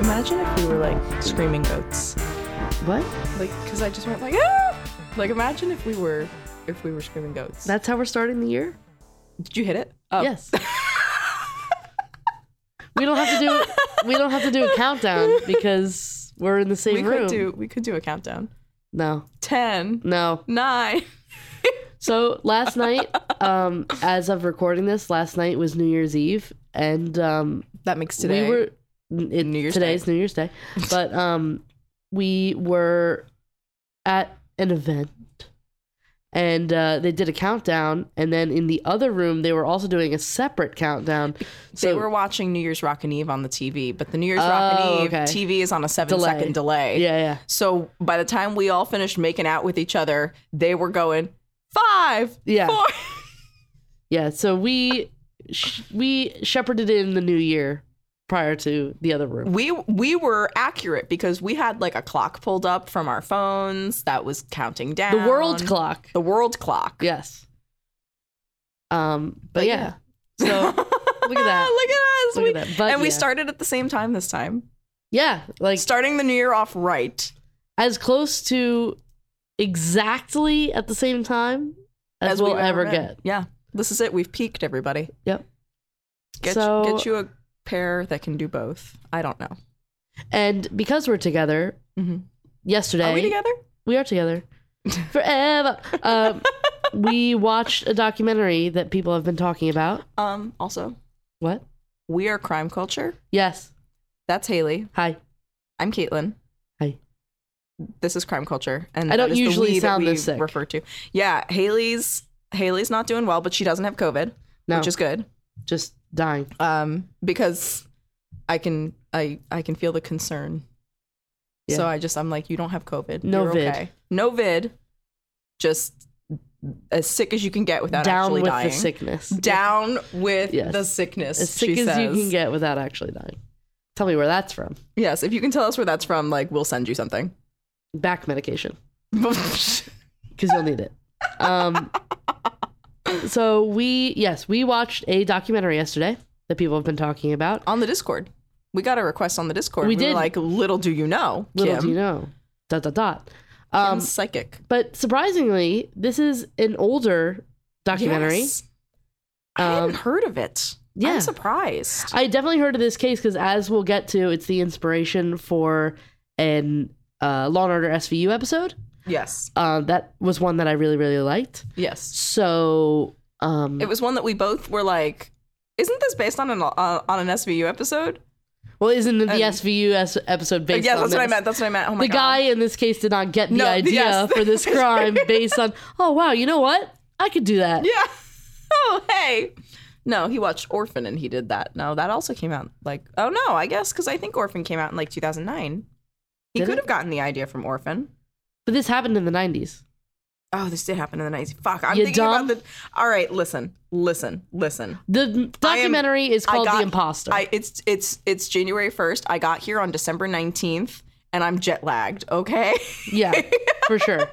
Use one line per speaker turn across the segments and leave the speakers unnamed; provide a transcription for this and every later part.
Imagine if we were like screaming goats,
What?
like because I just went like ah. Like imagine if we were if we were screaming goats.
That's how we're starting the year?
Did you hit it? Oh.
Yes. we don't have to do we don't have to do a countdown because we're in the same
We
room.
could do we could do a countdown.
no.
Ten,
No.
nine.
So last night, um, as of recording this, last night was New Year's Eve and um
That makes today.
we were n- it,
New Year's
today's New Year's Day. But um we were at an event and uh, they did a countdown and then in the other room they were also doing a separate countdown.
they were watching New Year's Rockin' Eve on the TV, but the New Year's
Oh,
Rockin' Eve
okay.
TV is on a seven
Delay.
second delay.
yeah, yeah.
So by the time we all finished making out with each other, they were going five,
Yeah.
four.
Yeah, so we sh- we shepherded in the new year prior to the other room.
We we were accurate because we had like a clock pulled up from our phones that was counting down.
The world clock.
The world clock.
Yes. Um, but,
But
yeah.
look at
look at that.
look at us.
Look
we,
at that. But
and we
yeah.
started at the same time this time,
Yeah, like
starting the new year off right
as close to exactly at the same time as, we'll
we've
ever
been.
get.
Yeah, this is it. We've peaked, everybody.
Yep.
Get
So-
get you a pair that can do both. I don't know.
And because we're together,
Mhm.
yesterday
Are we together?
we are together forever. um, we watched a documentary that people have been talking about.
Um. Also,
What?
we are crime culture.
Yes.
That's Haley.
Hi.
I'm Caitlin.
Hi.
This is crime culture, and
I don't
that is the
usually
we that
sound
we
this sick.
Refer to. Yeah, Haley's Haley's not doing well, but she doesn't have COVID,
No.
which is good.
Just dying.
Um, because I can I I can feel the concern.
Yeah.
So I just I'm like, you don't have COVID.
No
You're
vid.
Okay. No vid. Just as sick as you can get without
down
actually
with
dying.
the sickness.
Down with
Yes.
the sickness.
as sick
she
as you
says.
can get without actually dying. Tell me where that's from.
Yes, if you can tell us where that's from, like we'll send you something.
Back medication because you'll need it. Um, so we yes we watched a documentary yesterday that people have been talking about.
on the Discord. We got a request on the Discord.
We
were
did.
like, little do you know,
Little
Kim,
do you know, dot dot dot.
Kim's
Um,
psychic
but surprisingly, this is an older documentary.
Yes. I
Um,
hadn't heard of it.
yeah.
I'm surprised.
I definitely heard of this case because, as we'll get to, it's the inspiration for an uh, Law and Order SVU episode.
yes,
Uh, that was one that I really really liked.
yes.
So, um,
It was one that we both were like, "Isn't this based on an uh, on an SVU episode?"
well, isn't the
and-
SVU es- episode based?
yes,
on
that's what I
this?
meant. That's what I meant. Oh my
The
god.
guy in this case did not get the
No, the-
idea
yes.
for this crime based on. Oh wow, you know what? I could do that.
Yeah. oh hey. No, he watched Orphan and he did that. No, that also came out like oh no, I guess because I think Orphan came out in like 2009. He
Did
could
it?
have gotten the idea from Orphan.
But this happened in the '90s.
Oh, this did happen in the 90s. Fuck, I'm
You
thinking
dumb?
about the. All right, listen, listen, listen.
The
I am-
documentary is
I
called
got-
The Imposter.
I it's it's it's January 1st. I got here on December 19th, and I'm jet lagged. Okay.
yeah, for sure.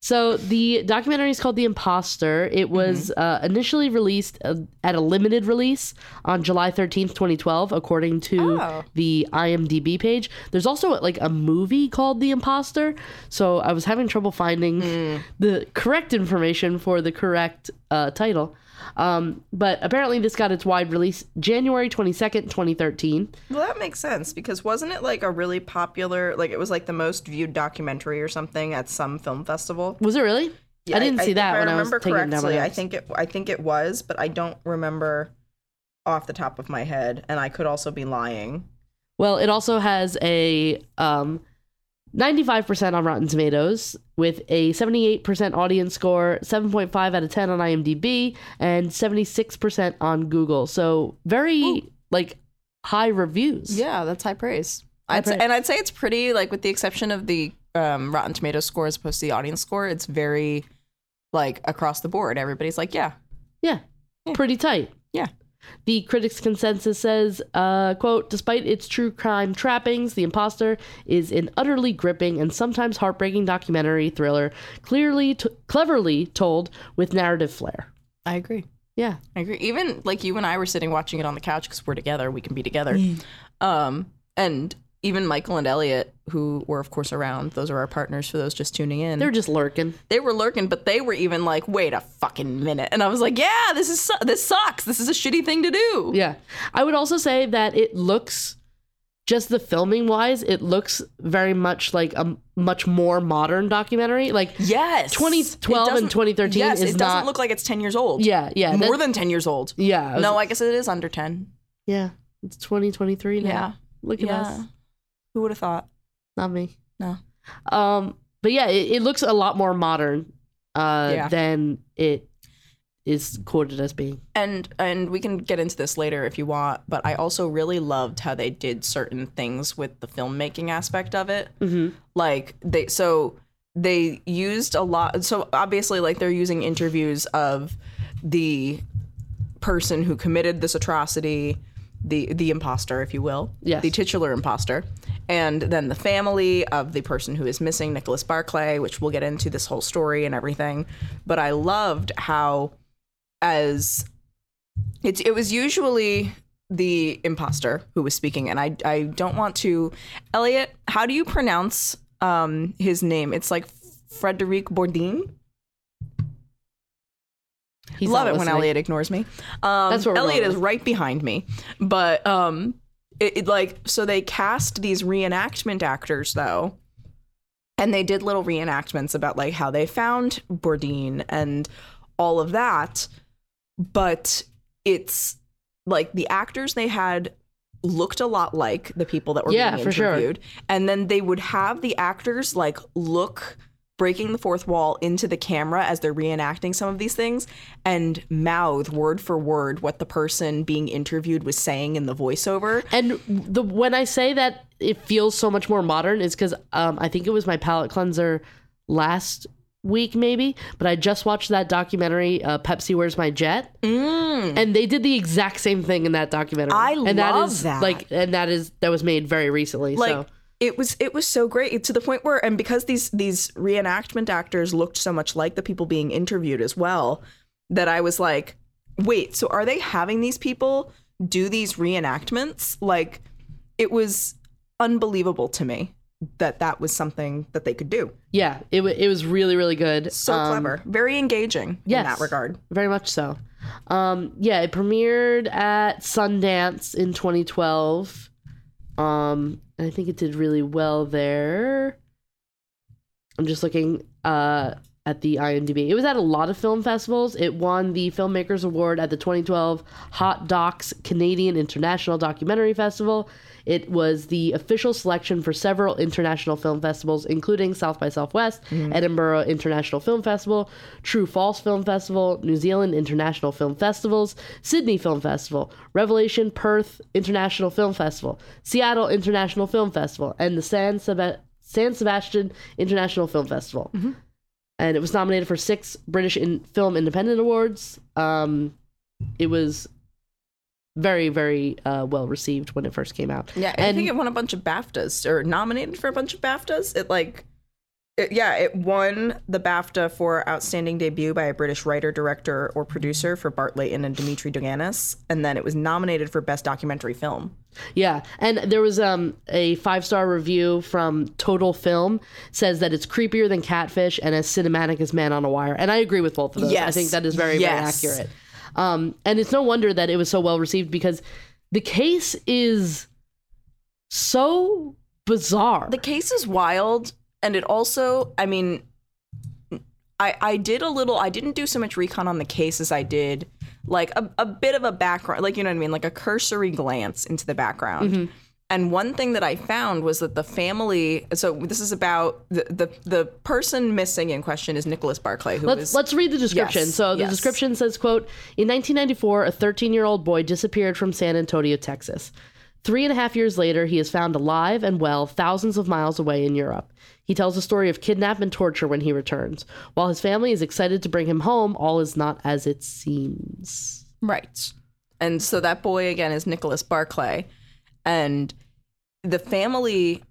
So the documentary is called The Imposter.
Mm-hmm.
It was uh, initially released uh, at a limited release on July 13th, 2012, according to
Oh.
the IMDb page. There's also like a movie called The Imposter. So I was having trouble finding
Hmm.
the correct information for the correct uh, title. Um, but apparently, this got its wide release January 22nd, 2013.
Well, that makes sense because wasn't it like a really popular, like it was like the most viewed documentary or something at some film festival?
Was it really? I didn't see
if
that
I
when I was
remember
taking it down. my
correctly. I
notes.
think it I think it was, but I don't remember off the top of my head, and I could also be lying.
Well, it also has a um, 95% on Rotten Tomatoes with a 78% audience score, 7.5 out of 10 on IMDb, and 76% on Google. So very like high reviews.
Yeah, that's high praise.
High
I'd say,
praise.
and I'd say it's pretty, like with the exception of the um, Rotten Tomatoes score as opposed to the audience score, it's very like across the board. Everybody's like, yeah,
Yeah. Pretty tight.
Yeah.
The critics' consensus says, uh, quote, despite its true crime trappings, The Imposter is an utterly gripping and sometimes heartbreaking documentary thriller, clearly, t- cleverly told with narrative flair.
I agree.
Yeah. Mm.
I agree. Even like you and I were sitting watching it on the couch because we're together, we can be together. Um, And even Michael and Elliot, who were of course around, those are our partners for those just tuning in.
They're just lurking.
they were lurking, but they were even like, "Wait a fucking minute!" And I was like, "Yeah, this is su- this sucks. This is a shitty thing to do."
Yeah. I would also say that it looks just the filming wise, it looks very much like a m- much more modern documentary. Like
Yes,
2012
It doesn't-
and 2013
Yes,
is
it
not-
doesn't look like it's ten years old.
yeah, yeah.
more
that-
than ten years old.
yeah. I was-
No, I guess it is under ten.
yeah. It's 2023 now.
Yeah,
Look at
yeah.
us.
Who would have thought?
Not me.
No.
Um but yeah, it, it looks a lot more modern uh
Yeah.
than it is quoted as being.
and and we can get into this later if you want but i also really loved how they did certain things with the filmmaking aspect of it
Mhm.
like they so they used a lot so obviously like they're using interviews of the person who committed this atrocity the the imposter if you will
Yes.
the titular imposter and then the family of the person who is missing nicholas barclay which we'll get into this whole story and everything but i loved how as it's it was usually the imposter who was speaking and i i don't want to elliot how do you pronounce um his name it's like frederic bourdin
He's
love
not
it when
listening.
Elliot ignores me. Um,
That's what we're
Elliot
going
is right behind me, but um, it, it like so they cast these reenactment actors though, and they did little reenactments about like how they found Bourdin and all of that, but it's like the actors they had looked a lot like the people that were
Yeah,
being
for sure.
interviewed and then they would have the actors like look breaking the fourth wall into the camera as they're reenacting some of these things and mouth word for word what the person being interviewed was saying in the voiceover
And the when I say that it feels so much more modern is because um, I think it was my palate cleanser last week maybe, but I just watched that documentary uh, Pepsi Where's My Jet, and they did the exact same thing in that documentary.
Mm. I
and
love
is,
that.
Like, and that is that was made very recently.
like
so
it was it was so great to the point where and because these these reenactment actors looked so much like the people being interviewed as well that I was like wait so are they having these people do these reenactments like it was unbelievable to me that that was something that they could do
yeah, it wa it was really really good.
so
Um,
clever very engaging in that
yes.
regard
very much so. Um, yeah, it premiered at Sundance in 2012. Um, and I think it did really well there. I'm just looking uh, at the IMDb. It was at a lot of film festivals. It won the Filmmakers Award at the 2012 Hot Docs Canadian International Documentary Festival. It was the official selection for several international film festivals, including South by Southwest, Edinburgh International Film Festival, True False Film Festival, New Zealand International Film Festivals, Sydney Film Festival, Revelation Perth International Film Festival, Seattle International Film Festival, and the San Seb- San Sebastian International Film Festival.
Mm-hmm.
And it was nominated for six British in- Film Independent Awards. Um, it was very, very uh, well received when it first came out.
Yeah, I
and
think it won a bunch of BAFTAs or nominated for a bunch of BAFTAs. It like, it, yeah, it won the BAFTA for outstanding debut by a British writer, director, or producer for Bart Layton and Dimitri Douganis, and then it was nominated for best documentary film.
yeah, and there was um, a five star review from Total Film says that it's creepier than Catfish and as cinematic as Man on a Wire, and I agree with both of those. I
Yes.
think that is very,
Yes.
very accurate. Um, and it's no wonder that it was so well received because the case is so bizarre.
The case is wild, and it also, I mean, I I did a little. I didn't do so much recon on the case as I did like a, a bit of a background, like you know what I mean, like a cursory glance into the background. And one thing that I found was that the family. So this is about the the, the person missing in question is Nicholas Barclay, who
Let's,
was
let's read the description.
Yes,
so the
yes.
description says, quote, in 1994, a 13-year-old boy disappeared from San Antonio, Texas. Three and a half years later, he is found alive and well thousands of miles away in Europe. He tells a story of kidnap and torture when he returns. While his family is excited to bring him home, all is not as it seems.
Right. And so that boy again is Nicholas Barclay. And the family,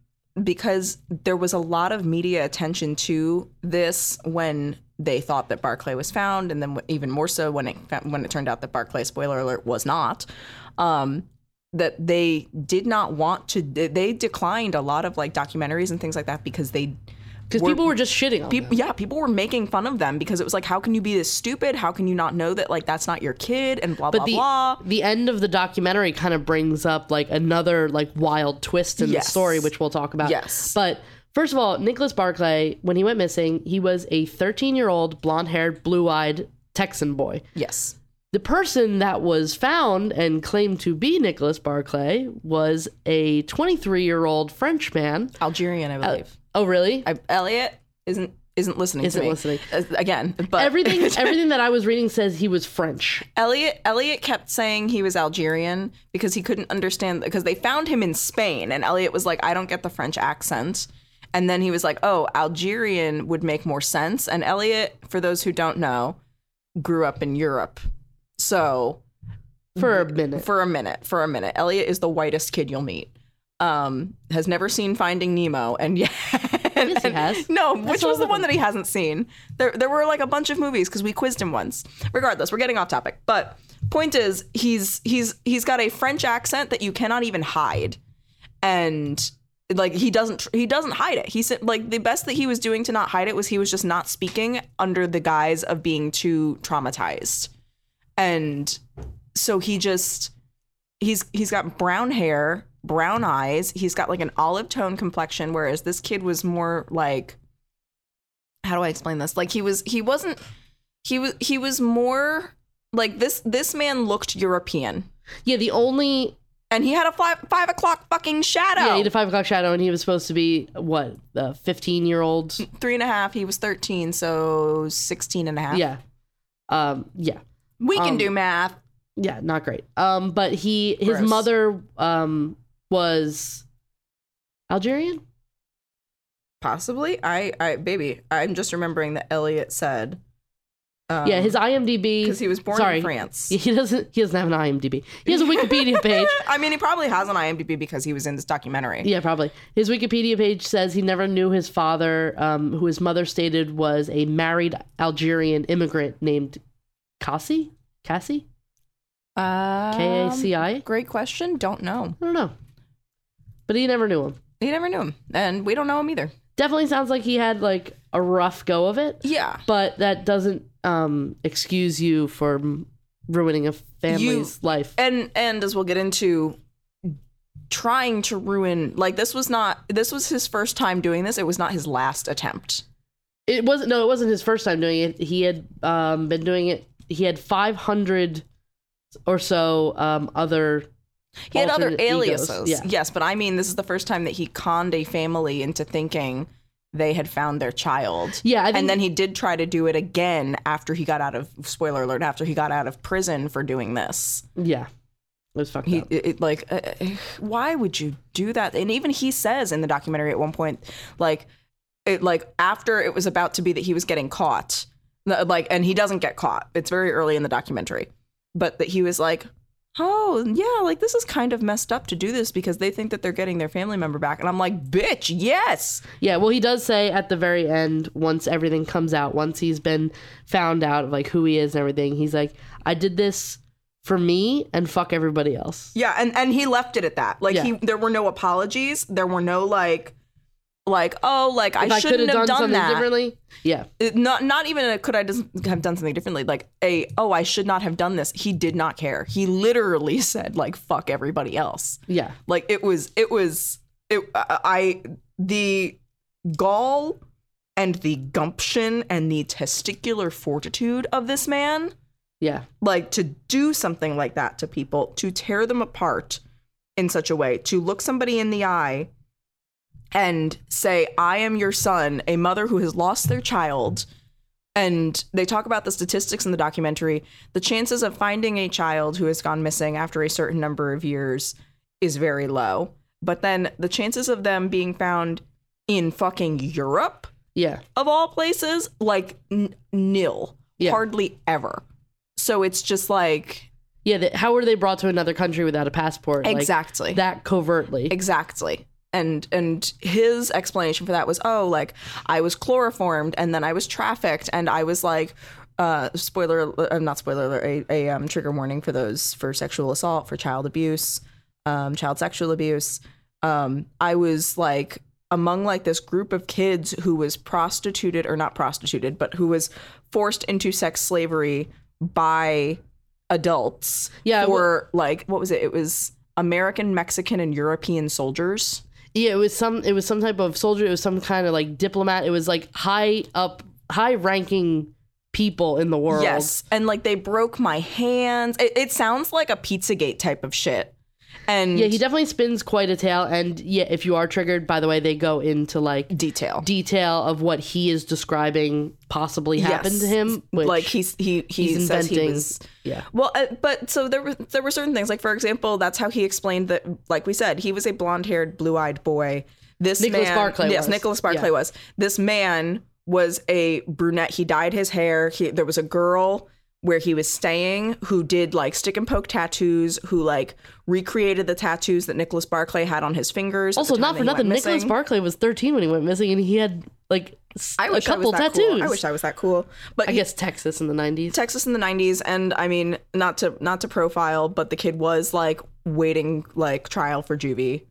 because there was a lot of media attention to this when they thought that Barclay was found, and then even more so when it when it turned out that Barclay, spoiler alert, was not. Um, that they did not want to they they declined a lot of like documentaries and things like that because they
because people were just shitting on
people
them.
yeah people were making fun of them because it was like how can you be this stupid how can you not know that like that's not your kid and blah
But
blah
the
blah
the end of the documentary kind of brings up like another like wild twist in
Yes.
the story, which we'll talk about.
Yes.
But first of all, Nicholas Barclay, when he went missing, he was a 13 year old blonde haired, blue eyed Texan boy.
yes
The person that was found and claimed to be Nicholas Barclay was a 23 year old French man.
algerian i believe
Oh, really?
Uh, I, elliot isn't isn't listening
Isn't
to me
listening.
Uh, again but
Everything, everything that I was reading says he was French.
Elliot Elliot kept saying he was Algerian because he couldn't understand because they found him in Spain and Elliot was like I don't get the French accent. And then he was like, "Oh, Algerian would make more sense." And Elliot, for those who don't know, grew up in Europe. So,
For a minute,
for a minute, for a minute, Elliot is the whitest kid you'll meet. Um, has never seen Finding Nemo and yet
Yes, he has.
No, which
all
was the
of
one that he hasn't seen. There, there were like a bunch of movies because we quizzed him once. Regardless, we're getting off topic. But point is, he's he's he's got a French accent that you cannot even hide, and like he doesn't tr- he doesn't hide it. He said like the best that he was doing to not hide it was he was just not speaking under the guise of being too traumatized, and so he just he's he's got brown hair, brown eyes. He's got like an olive tone complexion, whereas this kid was more like how do I explain this? Like he was he wasn't he was he was more like this this man looked European.
yeah. The only
And he had a five, five o'clock fucking
Yeah,
shadow.
he had a five o'clock shadow, and he was supposed to be what a fifteen year old.
Three and a half. He was 13, so 16 and a half.
Yeah, um, yeah,
We can
Um,
do math.
yeah, not great. Um, but he, his
Gross.
mother, um, was Algerian.
Possibly. I, I, baby, I'm just remembering that Elliot said. Um,
yeah, his IMDb.
Because he was born
sorry.
in France.
He doesn't. He doesn't have an IMDb. He has a Wikipedia page.
I mean, he probably has an IMDb because he was in this documentary.
Yeah, probably. His Wikipedia page says he never knew his father, um, who his mother stated was a married Algerian immigrant named Kassi. Cassie.
Um,
K A C I.
Great question. Don't know.
I don't know. But he never knew him.
He never knew him, and we don't know him either.
Definitely sounds like he had like a rough go of it,
Yeah.
but that doesn't um excuse you for m- ruining a family's life.
And and as we'll get into trying to ruin like this was not this was his first time doing this. It was not his last attempt.
It wasn't no, it wasn't his first time doing it. He had um been doing it. He had 500 or so um other
He had other
alternate egos.
aliases.
Yeah.
Yes, but I mean this is the first time that he conned a family into thinking they had found their child.
Yeah, I think
and then he did try to do it again after he got out of spoiler alert after he got out of prison for doing this.
yeah. It was fucked
He
up.
it, it, like, uh, uh, why would you do that? And even he says in the documentary at one point, like, it like after it was about to be that he was getting caught, no, like, and he doesn't get caught. It's very early in the documentary, but that he was like, oh yeah, like this is kind of messed up to do this because they think that they're getting their family member back, and I'm like, bitch, yes,
Yeah, well, he does say at the very end, once everything comes out, once he's been found out of like who he is and everything, he's like, I did this for me and fuck everybody else.
yeah, and and he left it at that. Like
Yeah.
he, there were no apologies, there were no like. Like oh like
If
I shouldn't
coulda
have done, that.
differently, yeah,
it- not not even a, could I just have done something differently. Like a oh I should not have done this. He did not care. He literally said like fuck everybody else.
yeah,
Like it was it was it I I- the gall and the gumption and the testicular fortitude of this man
yeah.
like to do something like that to people to tear them apart in such a way to look somebody in the eye and say i am your son a mother who has lost their child and they talk about the statistics in the documentary the chances of finding a child who has gone missing after a certain number of years is very low but then the chances of them being found in fucking europe
Yeah.
of all places, like n- nil,
Yeah.
hardly ever. So it's just like
Yeah. That, how were they brought to another country without a passport? like,
exactly
that covertly.
exactly. And and his explanation for that was, oh, like I was chloroformed and then I was trafficked and I was like, uh, spoiler, uh, not spoiler, alert, a, a um, trigger warning for those for sexual assault for child abuse. um, child sexual abuse. Um, I was like among like this group of kids who was prostituted or not prostituted, but who was forced into sex slavery by adults.
Yeah, it wa-
for like what was it? It was American, Mexican, and European soldiers.
Yeah, it was some it was some type of soldier, it was some kind of like diplomat, it was like high up high ranking people in the world.
Yes, and like they broke my hands. It, it sounds like a PizzaGate type of shit. And
Yeah, he definitely spins quite a tale and yeah, if you are triggered, by the way, they go into like
detail.
detail of what he is describing possibly happened
Yes.
to him. Which,
like he's he he
he's
says he
inventing-
was
yeah.
well uh, but so there were there were certain things like for example that's how he explained that like we said he was a blonde-haired blue-eyed boy this
Nicholas
man
Barclay
yes
was.
Nicholas Barclay
Yeah.
was this man was a brunette he dyed his hair he, there was a girl where he was staying who did like stick and poke tattoos who like recreated the tattoos that Nicholas Barclay had on his fingers at
Also,
the time that
not for
he went
nothing, Nicholas
missing.
Barclay was 13 when he went missing, and he had like s-
I
a
wish
couple
I was that
tattoos.
cool. I wish I was that cool but
I
he
guess Texas in the 90s.
Texas in the 90s and I mean not to not to profile but the kid was like waiting like trial for juvie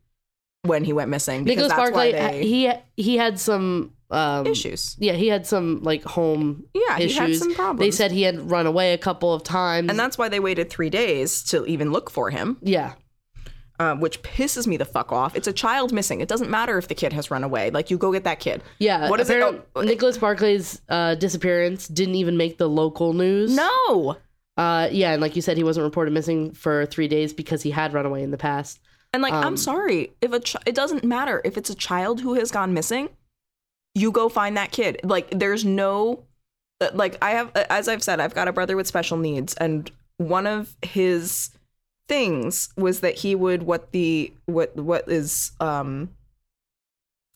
when he went missing because
Nicholas
that's
Barclay, uh,
why they
he he had some um,
issues.
Yeah, he had some like home
Yeah,
issues.
he had some problems.
They said he had run away a couple of times.
and that's why they waited 3 days to even look for him,
yeah,
uh, which pisses me the fuck off. It's a child missing. It doesn't matter if the kid has run away. Like you go get that kid.
yeah.
What if they-
apparent-
oh,
Nicholas Barclay's uh, disappearance didn't even make the local news?
No.
Uh, yeah, and like you said, he wasn't reported missing for three days because he had run away in the past.
And like
Um,
I'm sorry, if a chi- it doesn't matter if it's a child who has gone missing, you go find that kid. Like there's no uh, like I have as I've said, I've got a brother with special needs and one of his things was that he would what the what what is um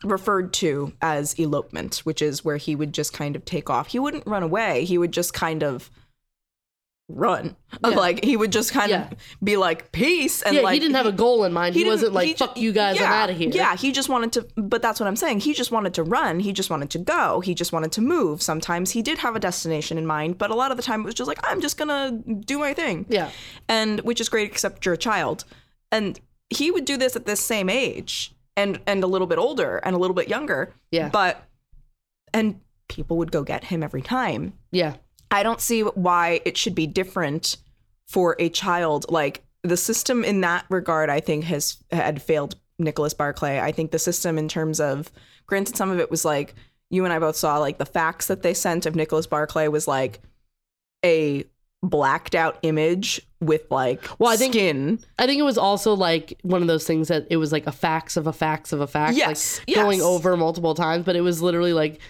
referred to as elopement, which is where he would just kind of take off. He wouldn't run away. He would just kind of run.
Yeah.
Like he would just kind
Yeah.
of be like peace and
yeah,
like
he didn't have a goal in mind. He,
didn't-
wasn't like,
he ju-
"Fuck you guys, I'm
yeah,
out of here."
Yeah, he just wanted to. But that's what I'm saying. He just wanted to run. He just wanted to go. He just wanted to move. Sometimes he did have a destination in mind, but a lot of the time it was just like, I'm just gonna do my thing.
yeah.
and which is great, except you're a child. And he would do this at this same age, and and a little bit older, and a little bit younger.
Yeah.
but and people would go get him every time.
Yeah.
I don't see why it should be different for a child. Like the system in that regard, I think has had failed Nicholas Barclay. I think the system in terms of, granted, some of it was like you and I both saw like the facts that they sent of Nicholas Barclay was like a blacked out image with like
Well, I think-
skin.
I think it was also like one of those things that it was like a fax of a fax of a fax,
Yes,
like
yes.
going over multiple times, but it was literally like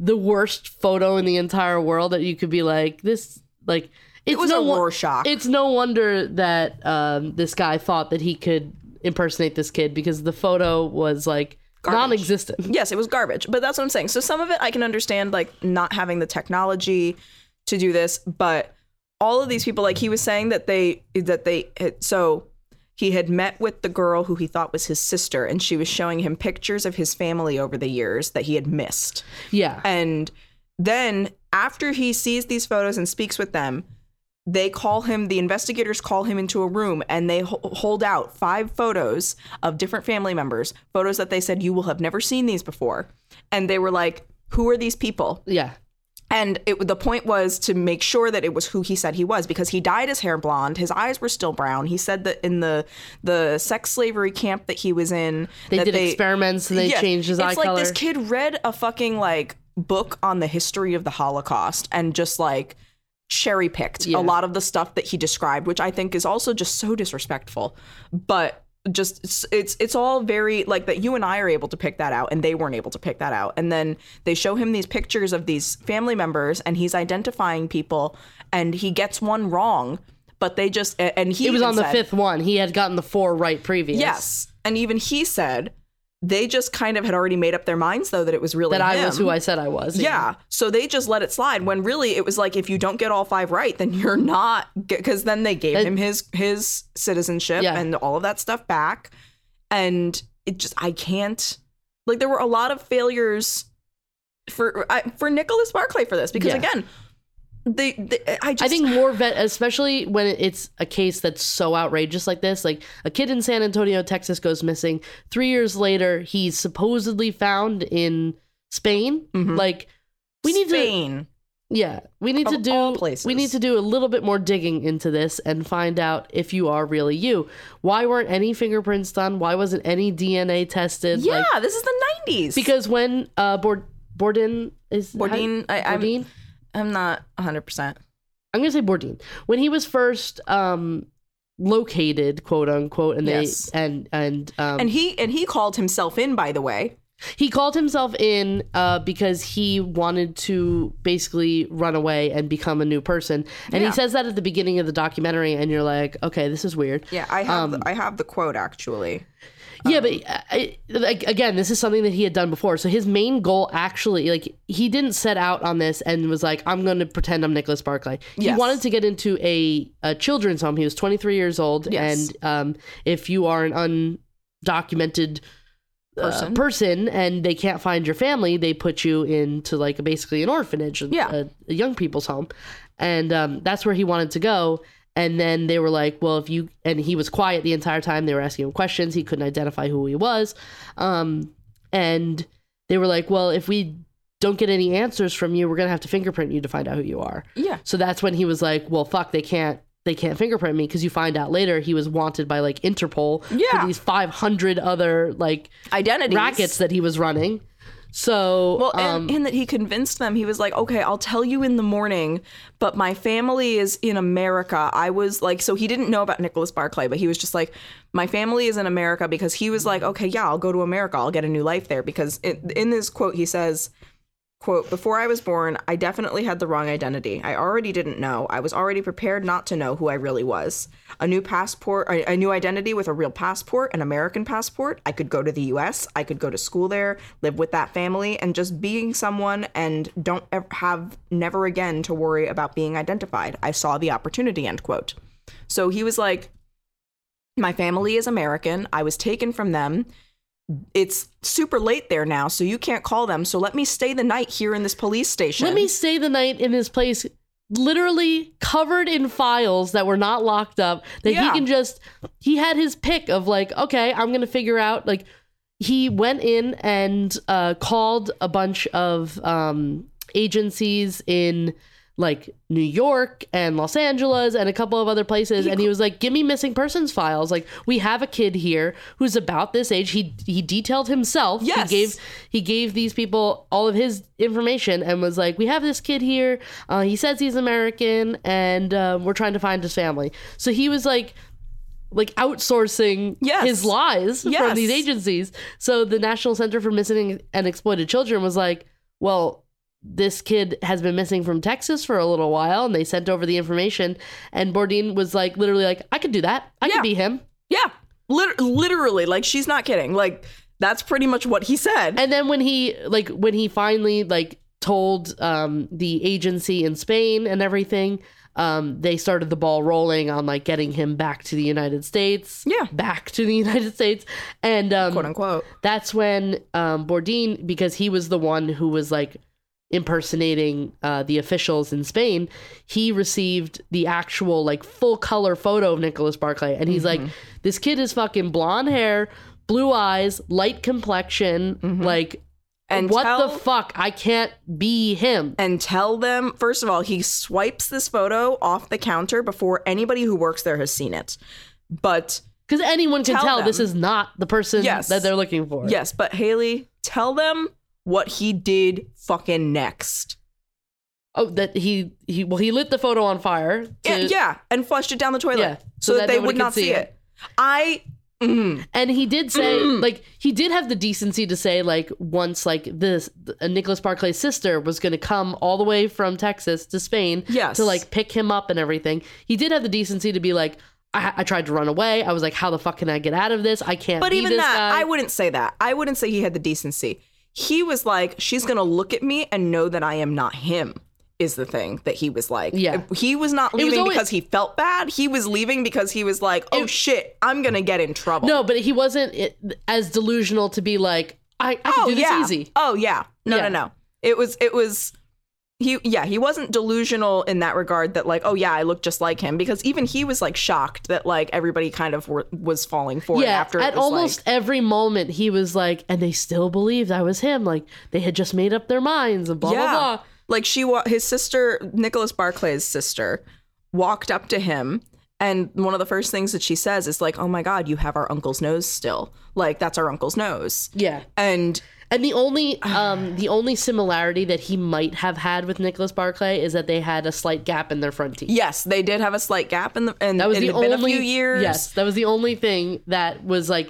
the worst photo in the entire world that you could be like this like it's
It was
no
a
wo-
Rorschach.
It's no wonder that um, this guy thought that he could impersonate this kid because the photo was like
Garbage.
non-existent.
yes, it was garbage. But that's what I'm saying. So some of it I can understand, like not having the technology to do this, but all of these people, like he was saying that they that they had, so he had met with the girl who he thought was his sister, and she was showing him pictures of his family over the years that he had missed.
Yeah.
And then after he sees these photos and speaks with them, they call him, the investigators call him into a room and they ho- hold out five photos of different family members, photos that they said, You will have never seen these before. And they were like, Who are these people?
yeah.
And it, the point was to make sure that it was who he said he was because he dyed his hair blonde, his eyes were still brown. He said that in the the sex slavery camp that he was in,
They
that
did experiments and they
yeah,
changed his
it's
eye
like
color.
this kid read a fucking like book on the history of the Holocaust and just like cherry picked
Yeah.
a lot of the stuff that he described, which I think is also just so disrespectful. But just it's- it's it's all very like that you and I are able to pick that out and they weren't able to pick that out. And then they show him these pictures of these family members and he's identifying people and he gets one wrong, but they just a- and he
it was
even
on the
said-
fifth one. He had gotten the four right previous.
Yes. And even he said they just kind of had already made up their minds though that it was really
That I
him.
was who I said I was.
Yeah. So they just let it slide when really it was like if you don't get all five right, then you're not because then they gave
That-
him his his citizenship
Yeah.
and all of that stuff back. And it just I can't like there were a lot of failures for I, for Nicholas Barclay for this because
Yeah.
again, they, they- I just
I think more vet, especially when it's a case that's so outrageous like this. Like a kid in San Antonio, Texas, goes missing. Three years later, he's supposedly found in Spain.
Mhm.
Like we need
Spain.
to, yeah, we need
Of
to do.
all places.
We need to do a little bit more digging into this and find out if you are really you. Why weren't any fingerprints done? Why wasn't any DNA tested?
yeah,
Like,
this is the nineties.
because when uh, Bord- Borden is
Bourdain, I- I'm-
Bourdain?
I'm not hundred percent.
I'm gonna say Bourdain when he was first um located, quote unquote, and they
Yes.
and and um
And he and he called himself in, by the way.
he called himself in uh because he wanted to basically run away and become a new person, and
Yeah.
he says that at the beginning of the documentary, and you're like, okay, this is weird.
Yeah, I have the, I have the quote actually.
Yeah, but uh, I, like again, this is something that he had done before. So his main goal actually, like, he didn't set out on this and was like, "I'm going to pretend I'm Nicholas Barclay."
Yes.
He wanted to get into a, a children's home. He was 23 years old,
Yes.
and um, if you are an undocumented uh,
Person.
person and they can't find your family, they put you into like basically an orphanage,
Yeah.
a, a young people's home, and um, that's where he wanted to go. And then they were like, "Well, if you," and he was quiet the entire time. They were asking him questions. He couldn't identify who he was, um, and they were like, "Well, if we don't get any answers from you, we're gonna have to fingerprint you to find out who you are."
Yeah.
So that's when he was like, "Well, fuck, they can't." They can't fingerprint me because you find out later he was wanted by like Interpol
Yeah.
for these 500 other like
Identities.
rackets that he was running. So
Well,
um,
and, and that he convinced them, he was like, okay, I'll tell you in the morning, but my family is in America. I was like, so he didn't know about Nicholas Barclay, but he was just like, my family is in America because he was like, okay, yeah, I'll go to America. I'll get a new life there. Because in, in this quote, he says, quote, before I was born, I definitely had the wrong identity. I already didn't know. I was already prepared not to know who I really was. A new passport, a, a new identity with a real passport, an American passport. I could go to the US, I could go to school there, live with that family, and just being someone and don't ever have never again to worry about being identified. I saw the opportunity, end quote. So he was like, my family is American. I was taken from them it's super late there now, so you can't call them. So let me stay the night here in this police station.
let me stay the night in this place, literally covered in files that were not locked up. That
Yeah.
he can just he had his pick of like, okay, I'm gonna figure out like he went in and uh, called a bunch of um, agencies in like New York and Los Angeles and a couple of other places and he was like give me missing persons files like we have a kid here who's about this age he he detailed himself
Yes.
he gave he gave these people all of his information and was like we have this kid here uh, he says he's American and um, we're trying to find his family so he was like like outsourcing
Yes.
his lies
Yes.
from these agencies. So the National Center for Missing and Exploited Children was like, well, this kid has been missing from Texas for a little while, and they sent over the information. And Bourdain was like, literally, like, I could do that. I
Yeah.
could be him.
yeah, lit- literally, like she's not kidding. Like that's pretty much what he said.
And then when he like when he finally like told um, the agency in Spain and everything, um, they started the ball rolling on like getting him back to the United States.
Yeah.
back to the United States, and um,
quote unquote.
that's when um, Bourdain, because he was the one who was like impersonating uh, the officials in Spain, he received the actual like full color photo of Nicholas Barclay, and he's like, "This kid is fucking blonde hair, blue eyes, light complexion, like."
And
what
tell-
the fuck? I can't be him.
And tell them, first of all, he swipes this photo off the counter before anybody who works there has seen it. But
Because anyone can
Tell
tell, this
them.
is not the person
Yes.
that they're looking for.
yes, but Haley, tell them what he did fucking next.
Oh, that he he well he lit the photo on fire. to-
And, yeah, and flushed it down the toilet
Yeah,
so, that they
nobody
would
could
not
see
see it.
it.
I. mm.
And he did say, like, he did have the decency to say, like, once, like, this uh, Nicholas Barclay's sister was going to come all the way from Texas to Spain,
Yes.
to like pick him up and everything. He did have the decency to be like, I, I tried to run away. I was like, how the fuck can I get out of this? I can't.
But
be
even
this
that,
guy.
I wouldn't say that. I wouldn't say he had the decency. He was like, she's going to look at me and know that I am not him, is the thing that he was like.
Yeah.
He was not
was
leaving
always-
because he felt bad. He was leaving because he was like, oh shit, I'm going to get in trouble.
no, but he wasn't it, as delusional to be like, I, I can
oh,
do this
yeah.
easy.
Oh, yeah. No,
Yeah.
no, no. It was, it was, he yeah he wasn't delusional in that regard that like oh yeah i look just like him because even he was like shocked that like everybody kind of were, was falling for it
yeah,
after it
at
was,
almost
like,
every moment he was like, and they still believed I was him. Like they had just made up their minds and blah
yeah
blah blah.
like she wa- his sister nicholas barclay's sister walked up to him and one of the first things that she says is like oh my god you have our uncle's nose still like that's our uncle's nose
Yeah.
and
And the only um the only similarity that he might have had with Nicholas Barclay is that they had a slight gap in their front teeth.
yes they did have a slight gap in the and
That was
it
the
had
only
been a few years
Yes, that was the only thing that was like,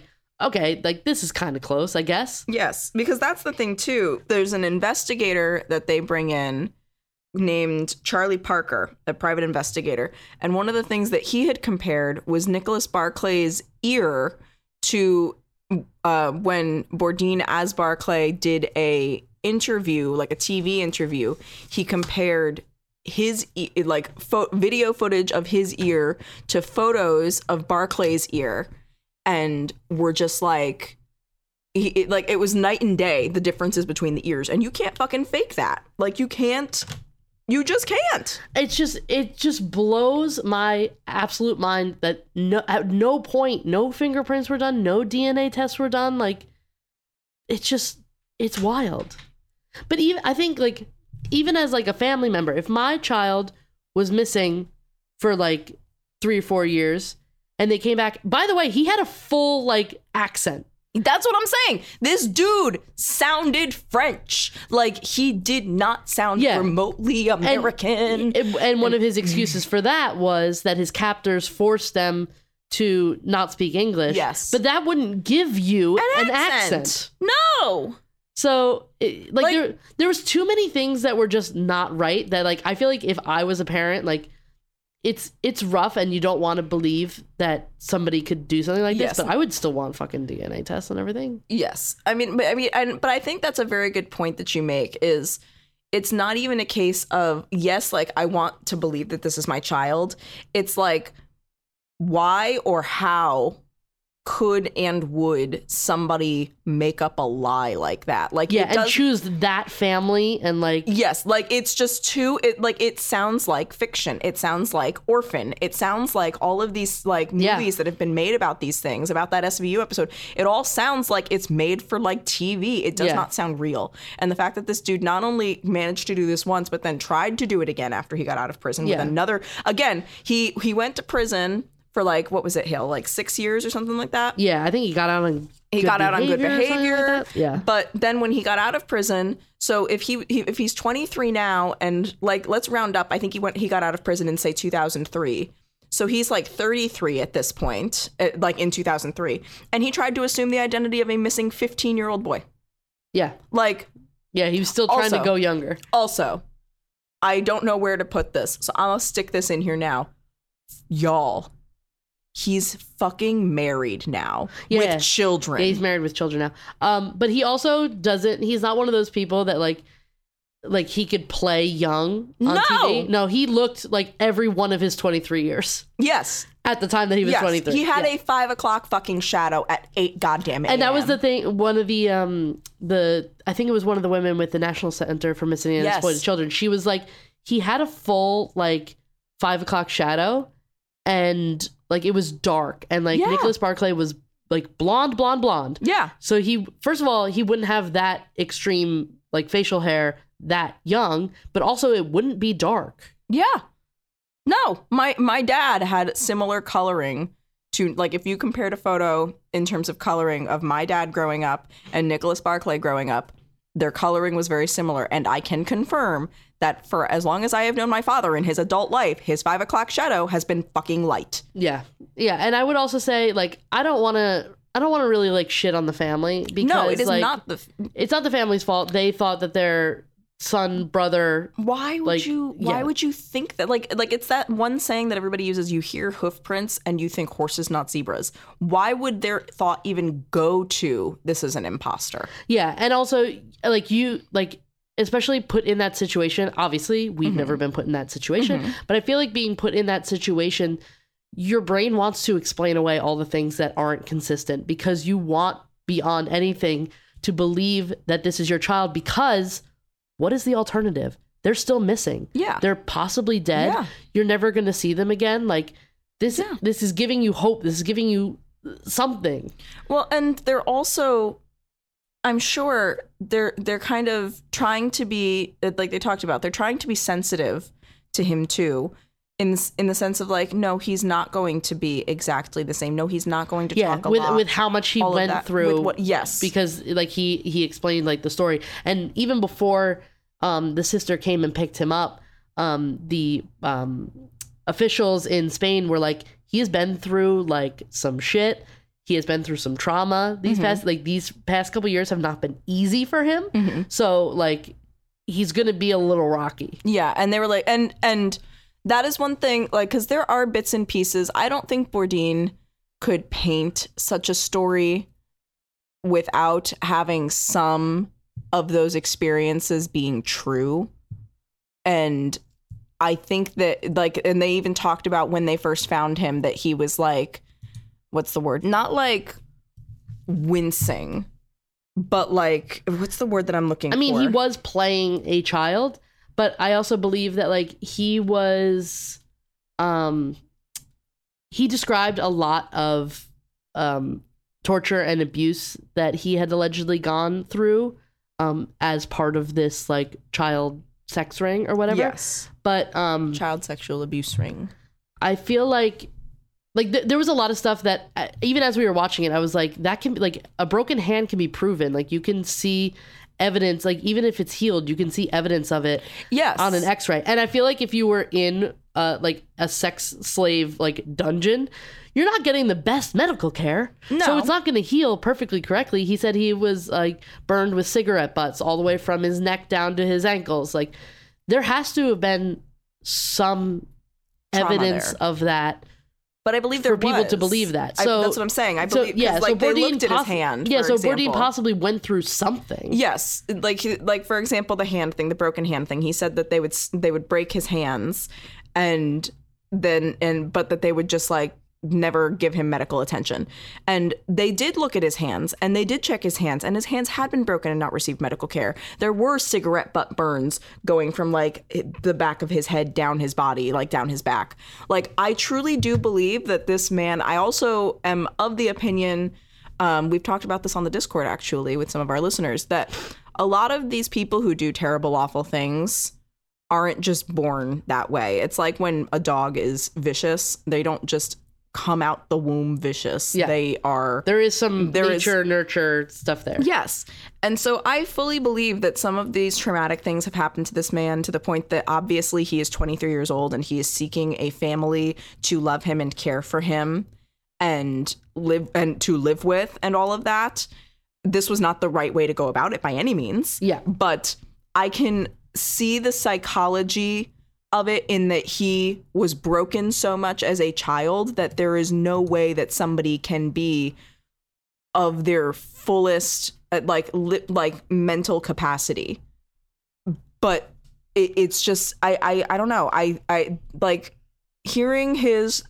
okay, like this is kind of close, I guess.
Yes, because that's the thing too. There's an investigator that they bring in named Charlie Parker, a private investigator, and one of the things that he had compared was Nicholas Barclay's ear to uh, when Bourdine as Barclay did a interview, like a TV interview. He compared his e- like fo- video footage of his ear to photos of Barclay's ear, and were just like he, it, like it was night and day the differences between the ears and you can't fucking fake that like you can't you just can't
It's just it just blows my absolute mind that no at no point no fingerprints were done, no DNA tests were done. Like it's just it's wild. But even I think like even as like a family member, if my child was missing for like three or four years and they came back, by the way, he had a full like accent.
that's what i'm saying this dude sounded french like he did not sound
Yeah.
remotely american
And, and one of his excuses for that was that his captors forced them to not speak English.
Yes.
But that wouldn't give you an, accent.
no
So, it, like,
Like-
there, there was too many things that were just not right that, like, I feel like if I was a parent, like, it's it's rough and you don't want to believe that somebody could do something like
Yes.
this, but I would still want fucking DNA tests and everything.
Yes. I mean, but I mean, and, but I think that's a very good point that you make is it's not even a case of, yes, like I want to believe that this is my child. It's like, why or how could and would somebody make up a lie like that? Like,
Yeah,
it
and
does-
choose that family and, like,
Yes, like it's just too it like it sounds like fiction. It sounds like Orphan. It sounds like all of these like movies
Yeah.
that have been made about these things, about that SVU episode. It all sounds like it's made for like TV. It does
Yeah.
not sound real. And the fact that this dude not only managed to do this once but then tried to do it again after he got out of prison
Yeah.
with another again, he he went to prison for like what was it, Hill? Like 6 years or something like that
yeah, I think he got out on
he got out on good
or something like
behavior.
that. yeah.
But then when he got out of prison, so if he, he if he's 23 now and like let's round up, I think he went he got out of prison in say 2003. So he's like 33 at this point, uh, like in 2003, and he tried to assume the identity of a missing 15-year-old boy.
Yeah.
Like
Yeah, he was still trying to
Also-
go younger.
also, I don't know where to put this, so I'll stick this in here now. Y'all, he's fucking married now
Yeah.
with children.
Yeah, he's married with children now. Um, but he also doesn't. He's not one of those people that like, like he could play young on
No!
TV. No, he looked like every one of his twenty three years
yes.
at the time that he was twenty three.
He had a five o'clock fucking shadow at eight goddamn
and that was
AM.
the thing. One of the um the I think it was one of the women with the National Center for Missing and
Yes.
Exploited Children. She was like, he had a full like five o'clock shadow, and like it was dark, and like
Yeah.
Nicholas Barclay was like blonde, blonde, blonde.
Yeah.
So he, first of all, he wouldn't have that extreme like facial hair that young, but also it wouldn't be dark.
Yeah. No. My my dad had similar coloring to like if you compared a photo in terms of coloring of my dad growing up and Nicholas Barclay growing up, their coloring was very similar. And I can confirm that for as long as I have known my father in his adult life, his five o'clock shadow has been fucking light.
Yeah, yeah, and I would also say like I don't want to, I don't want to really like shit on the family because
No, it is
like,
not the f-
It's not the family's fault. They thought that their son, brother,
Why would
Like,
you? Why
yeah.
would you think that? Like, like it's that one saying that everybody uses. You hear hoof prints and you think horses, not zebras. Why would their thought even go to this is an imposter?
yeah, and also like you like. Especially put in that situation. Obviously, we've
Mm-hmm.
never been put in that situation, but I feel like being put in that situation, your brain wants to explain away all the things that aren't consistent because you want beyond anything to believe that this is your child because what is the alternative they're still missing.
Yeah.
They're possibly dead.
Yeah.
You're never going to see them again. Like this
Yeah.
this is giving you hope. This is giving you something.
Well, and they're also I'm sure they're they're kind of trying to be uh, like they talked about. They're trying to be sensitive to him too. In, s- in the sense of like, no, he's not going to be exactly the same. No, he's not going to
Yeah,
talk a
with
lot.
with how much he
all of
went
that,
through
With what, yes,
because like he he explained like the story and even before um the sister came and picked him up um the um officials in Spain were like he has been through like some shit he has been through some trauma these past like these past couple years have not been easy for him so like he's going to be a little rocky
Yeah, and they were like, and and that is one thing, like, because there are bits and pieces. I don't think Bourdain could paint such a story without having some of those experiences being true, and I think that like, and they even talked about when they first found him that he was like, what's the word? Not like wincing, but like, what's the word that I'm looking?
I mean, he
for?
was playing a child, but I also believe that like he was um he described a lot of um torture and abuse that he had allegedly gone through um as part of this like child sex ring or whatever.
yes,
But um
child sexual abuse ring.
I feel like like th- there was a lot of stuff that uh, even as we were watching it, I was like, that can be like a broken hand can be proven. Like you can see evidence. Like even if it's healed, you can see evidence of it
Yes.
on an X-ray. And I feel like if you were in uh like a sex slave like dungeon, you're not getting the best medical care. So
No.
it's not going to heal perfectly correctly. He said he was like burned with cigarette butts all the way from his neck down to his ankles. Like there has to have been some
Trauma
evidence
there.
of that.
but I believe there
for people to
was.
believe that.
I-
So-
that's what I'm saying. I
So
believe. 'cause,
yeah,
like
so
they
Bourdain
looked at his
possi-
hand.
Yeah,
for
so Bourdain
example.
possibly went through something.
Yes, like he- like for example, the hand thing, the broken hand thing. He said that they would s- they would break his hands, and then and but that they would just like never give him medical attention. And they did look at his hands, and they did check his hands, and his hands had been broken and not received medical care. There were cigarette butt burns going from like the back of his head down his body, like down his back. Like I truly do believe that this man. I also am of the opinion um, we've talked about this on the Discord actually with some of our listeners that a lot of these people who do terrible, awful things aren't just born that way. It's like when a dog is vicious, they don't just come out the womb vicious.
Yeah.
They are.
There is some
There is-
nature nurture stuff there.
Yes. And so I fully believe that some of these traumatic things have happened to this man to the point that obviously he is 23 years old and he is seeking a family to love him and care for him and live and to live with and all of that. This was not the right way to go about it by any means.
Yeah.
But I can see the psychology of it in that he was broken so much as a child that there is no way that somebody can be of their fullest uh, like li- like mental capacity but it, it's just I, I i don't know i i like hearing his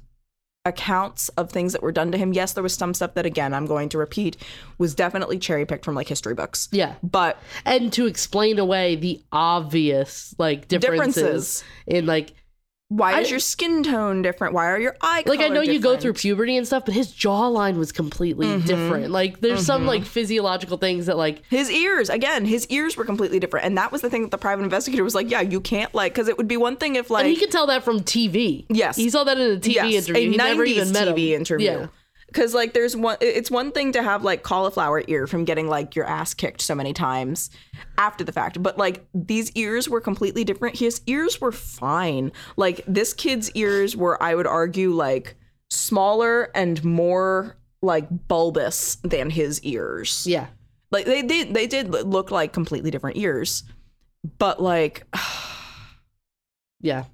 accounts of things that were done to him yes there was some stuff that again i'm going to repeat was definitely cherry picked from like history books
Yeah.
but
and to explain away the obvious like differences,
Differences.
in like
why
I-
is your skin tone different why are your eye
like I
color
know you go
different? Mm-hmm.
through puberty and stuff, but his jawline was completely different. Like there's some like physiological things that like
His ears, again, his ears were completely different. And that was the thing that the private investigator was like, yeah, you can't, like, because it would be one thing if, like,
and he could tell that from TV.
Yes.
he saw that in a TV
yes,
interview.
a 90s
he never even met
TV
him.
interview.
Yeah.
Cause like there's one, it's one thing to have like cauliflower ear from getting like your ass kicked so many times after the fact, but like these ears were completely different. His ears were fine. Like this kid's ears were, I would argue, like smaller and more like bulbous than his ears.
yeah,
Like they did, they did look like completely different ears, but like
yeah.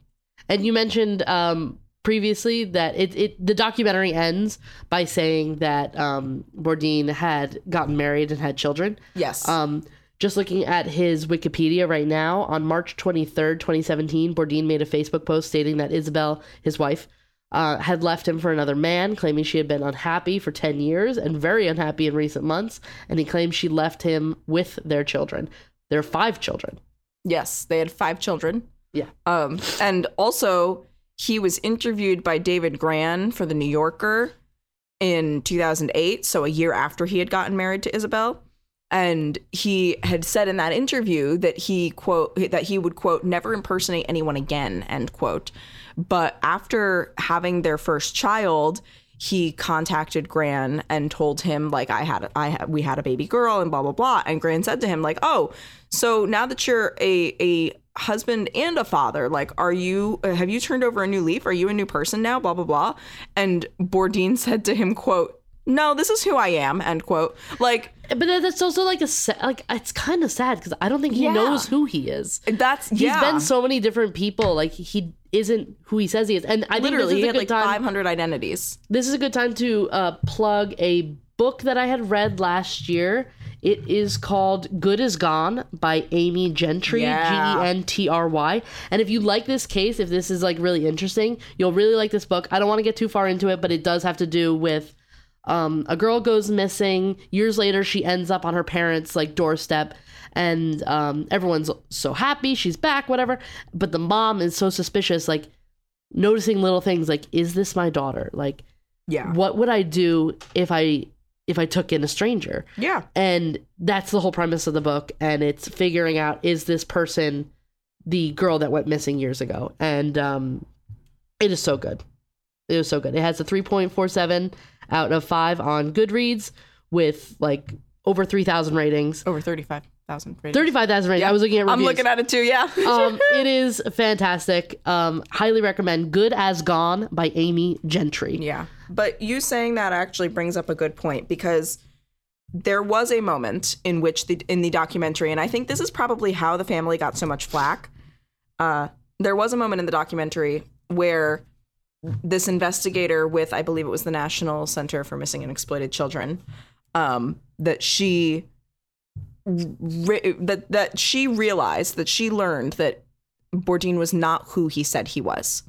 And you mentioned um, previously that it, it the documentary ends by saying that um, Bourdain had gotten married and had children.
yes,
Um, just looking at his Wikipedia right now, on March 23rd, 2017, Bourdain made a Facebook post stating that Isabel, his wife, uh, had left him for another man, claiming she had been unhappy for 10 years and very unhappy in recent months. And he claimed she left him with their children. Their five children.
Yes, they had five children.
Yeah.
Um, and also, he was interviewed by David Gran for The New Yorker in 2008, so a year after he had gotten married to Isabel. And he had said in that interview that he quote that he would quote never impersonate anyone again end quote. But after having their first child, he contacted Gran and told him like I had I had, we had a baby girl and blah blah blah. And Gran said to him like, "Oh, so now that you're a a husband and a father, like, are you have you turned over a new leaf? Are you a new person now? Blah blah blah." And Bourdine said to him, "Quote." No, this is who I am. End quote. Like
But then that's also like a sa- like it's kind of sad because I don't think he
Yeah.
knows who he is.
that's
He's
yeah.
been so many different people. Like he isn't who he says he is. And I
literally he had
think this is a
like
good time.
500 identities.
This is a good time to uh, plug a book that I had read last year. It is called Good Is Gone by Amy Gentry, G
Yeah.
E N T R Y. And if you like this case, if this is like really interesting, you'll really like this book. I don't want to get too far into it, but it does have to do with um, a girl goes missing. Years later, she ends up on her parents' like doorstep, and um, everyone's so happy she's back, whatever. But the mom is so suspicious, like noticing little things, like is this my daughter? Like
Yeah.
what would I do if I if I took in a stranger?
Yeah.
And that's the whole premise of the book and it's figuring out is this person the girl that went missing years ago. And um it is so good. It was so good. It has a 3.47 out of 5 on Goodreads with like over 3000 ratings.
Over 35,000 ratings.
35,000 ratings. I was looking at
I'm
reviews.
looking at it too, yeah.
um, it is fantastic. Um, highly recommend Good as Gone by Amy Gentry.
Yeah. But you saying that actually brings up a good point because there was a moment in which the in the documentary, and I think this is probably how the family got so much flack. Uh, there was a moment in the documentary where this investigator with I believe it was the National Center for Missing and Exploited Children, um, that she re- that that she realized that she learned that Bourdine was not who he said he was,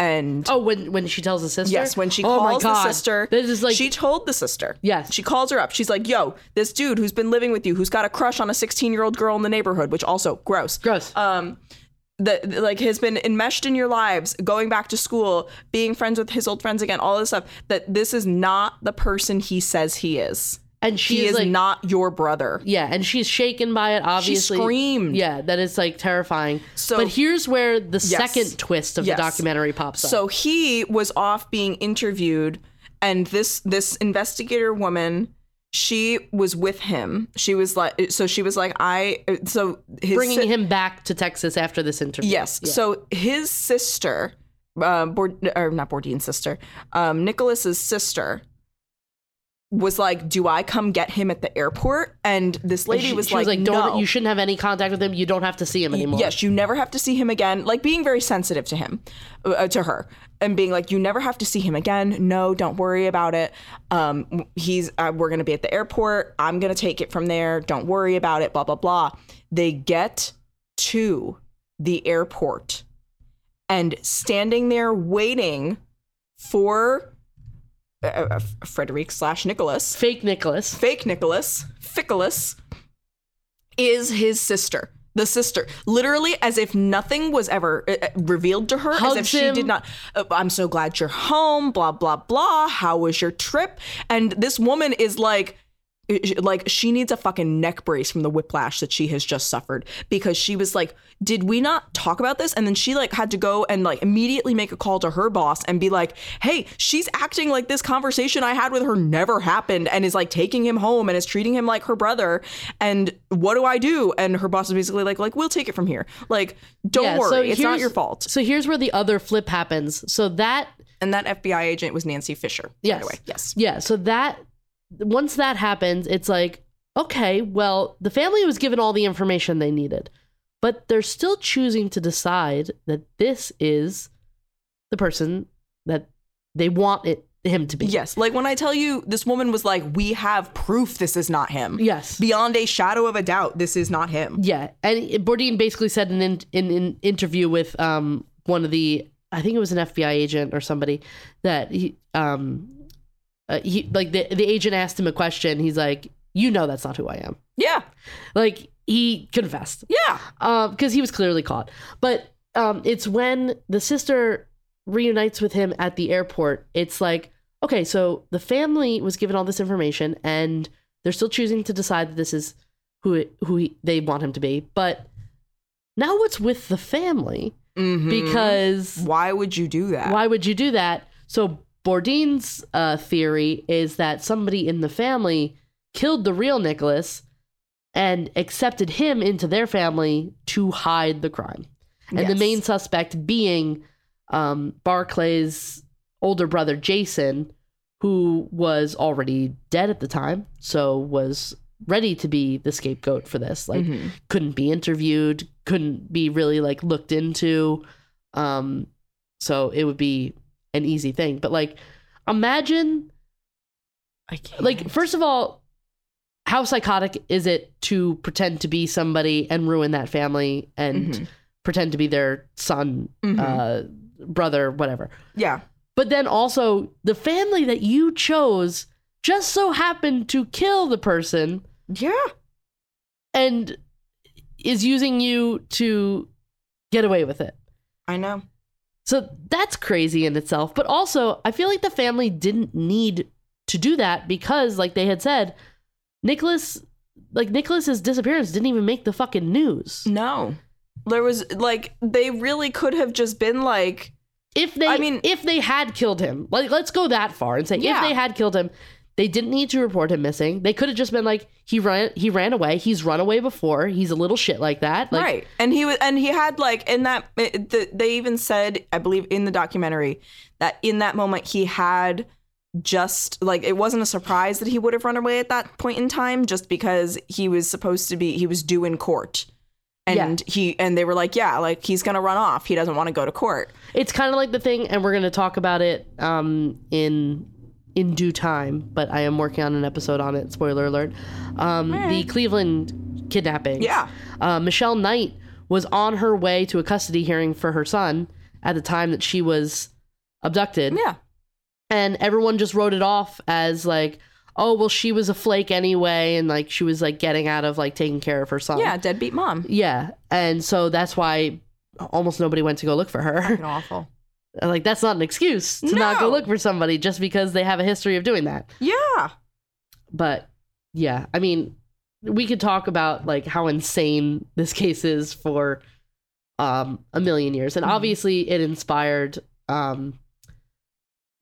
and
Oh, when when she tells the sister.
Yes, when she
oh my
calls the
God.
sister,
This is like
she told the sister.
Yes.
she calls her up. She's like, "Yo, this dude who's been living with you, who's got a crush on a 16-year-old girl in the neighborhood, which also gross.
gross.
Um, that like has been enmeshed in your lives, going back to school, being friends with his old friends again, all this stuff. That this is not the person he says he is.
and
He
she
is
is like,
not your brother."
yeah, and she's shaken by it. Obviously,
screamed.
Yeah, that is like terrifying.
So-
but here's where the second twist of
Yes.
the documentary pops up.
So he was off being interviewed, and this this investigator woman, she was with him. She was like, so she was like, I so his
bringing
si-
him back to Texas after this interview.
yes. So his sister, uh, Board, or not Bourdain's sister, um, Nicholas's sister. Was like, do I come get him at the airport? And this
And
lady
she,
was,
she
like,
was like, "Don't
no.
you shouldn't have any contact with him. You don't have to see him anymore."
Yes, you never have to see him again. Like being very sensitive to him, uh, to her, and being like, you never have to see him again. No, don't worry about it. Um, he's uh, we're gonna be at the airport. I'm gonna take it from there. Don't worry about it. Blah blah blah. They get to the airport, and standing there waiting for uh, uh, Frederick slash Nicholas,
Fake Nicholas.
fake Nicholas, Ficulus, is his sister. The sister, literally, as if nothing was ever uh, uh, revealed to her, as
Hugs
if she
him.
did not. Uh, I'm so glad you're home. Blah blah blah. How was your trip? And this woman is like, uh, sh- like she needs a fucking neck brace from the whiplash that she has just suffered because she was like, did we not talk about this? And then she like had to go and like immediately make a call to her boss and be like, hey, she's acting like this conversation I had with her never happened and is like taking him home and is treating him like her brother. And what do I do? And her boss is basically like, like we'll take it from here. Like, don't
Yeah,
worry,
so
it's not
here's-
your fault.
So here's where the other flip happens. So that
And that FBI agent was Nancy Fisher.
Yes.
By the way. Yes.
Yeah. So that once that happens, it's like, okay, well, the family was given all the information they needed, but they're still choosing to decide that this is the person that they want it him to be.
Yes. Like when I tell you this woman was like, we have proof this is not him.
Yes.
Beyond a shadow of a doubt, this is not him.
yeah. And Bourdin basically said in an in, in interview with um one of the I think it was an FBI agent or somebody that he um uh, he like the the agent asked him a question. He's like, "You know that's not who I am."
Yeah.
Like he confessed
Yeah.
because he was clearly caught. But um, it's when the sister reunites with him at the airport. It's like, okay, so the family was given all this information, and they're still choosing to decide that this is who it, who he, they want him to be. But now, what's with the family?
Mhm.
Because
why would you do that?
why would you do that? So Bourdain's uh, theory is that somebody in the family killed the real Nicholas and accepted him into their family to hide the crime. And the
Yes.
main suspect being um, Barclay's older brother Jason, who was already dead at the time, so was ready to be the scapegoat for this. Like
Mhm.
couldn't be interviewed, couldn't be really like looked into. Um, so it would be an easy thing. But like, imagine
I can't.
like first of all, how psychotic is it to pretend to be somebody and ruin that family and
Mhm.
pretend to be their son,
Mhm.
uh, brother, whatever.
yeah.
But then also the family that you chose just so happened to kill the person
Yeah.
and is using you to get away with it.
I know.
So that's crazy in itself. But also, I feel like the family didn't need to do that because, like they had said, Nicholas, like Nicholas's disappearance didn't even make the fucking news.
No. There was like they really could have just been like
If they,
I mean-
if they had killed him, like let's go that far and say
Yeah.
if they had killed him, they didn't need to report him missing. They could have just been like, he ran, he ran away. He's run away before. He's a little shit like that. Like,
right and he was and he had like in that it, the, they even said i believe in the documentary that in that moment he had just like it wasn't a surprise that he would have run away at that point in time just because he was supposed to be he was due in court and he and they were like yeah like he's gonna run off he doesn't want to go to court
it's kind of like the thing and we're going to talk about it um, in in due time but i am working on an episode on it spoiler alert um, the cleveland kidnapping
Yeah.
uh, michelle knight was on her way to a custody hearing for her son at the time that she was abducted
yeah
and everyone just wrote it off as like oh well she was a flake anyway and like she was like getting out of like taking care of her son
yeah deadbeat mom
yeah and so that's why almost nobody went to go look for her
Fucking awful
I'm like that's not an excuse to not go
No.
look for somebody just because they have a history of doing that.
yeah
But yeah, I mean, we could talk about like how insane this case is for um a million years. And
Mhm.
obviously it inspired um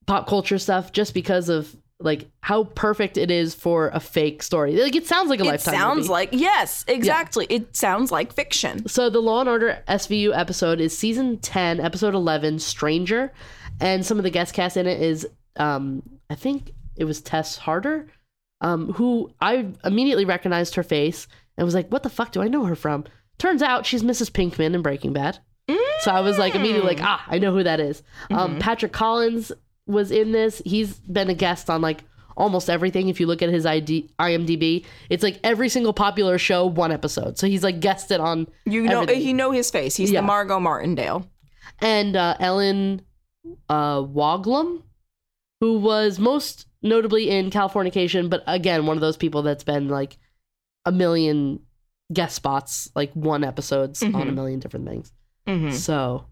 pop culture stuff just because of like how perfect it is for a fake story. Like it sounds like a
it
lifetime.
sounds
movie.
like yes exactly it sounds like fiction
So the Law and Order SVU episode is season ten, episode eleven, Stranger, and some of the guest cast in it is, um, I think it was Tess Harder, um, who I immediately recognized her face and was like, "What the fuck do I know her from?" Turns out she's Mrs. Pinkman in Breaking Bad. So I was like immediately like, ah, I know who that is. Um, Patrick Collins was in this. He's been a guest on like almost everything. If you look at his ID, IMDb, it's like every single popular show, one episode. So he's like guested on.
you know
Everything.
you know his face he's
Yeah.
the margot martindale
And uh, Ellen uh, Woglum, who was most notably in Californication, but again, one of those people that's been like a million guest spots, like one episodes on a
Mhm.
million different things.
mm-hmm.
So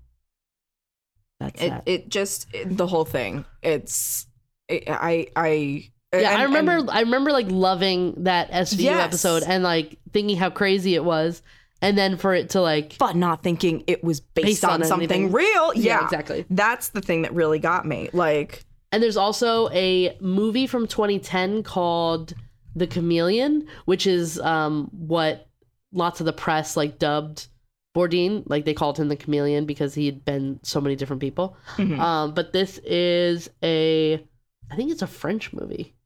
that's
it,
that.
it just it- the whole thing it's it, i i
yeah,
and-
I remember.
and-
I remember like loving that SVU
Yes.
episode and like thinking how crazy it was, and then for it to like
but not thinking it was based,
Based
on,
on
something
anything.
real yeah,
exactly.
that's the thing that really got me like
And there's also a movie from 2010 called The Chameleon, which is um what lots of the press like dubbed Bourdain. Like they called him the Chameleon because he had been so many different people.
mhm.
Um, but this is a, I think it's a French movie.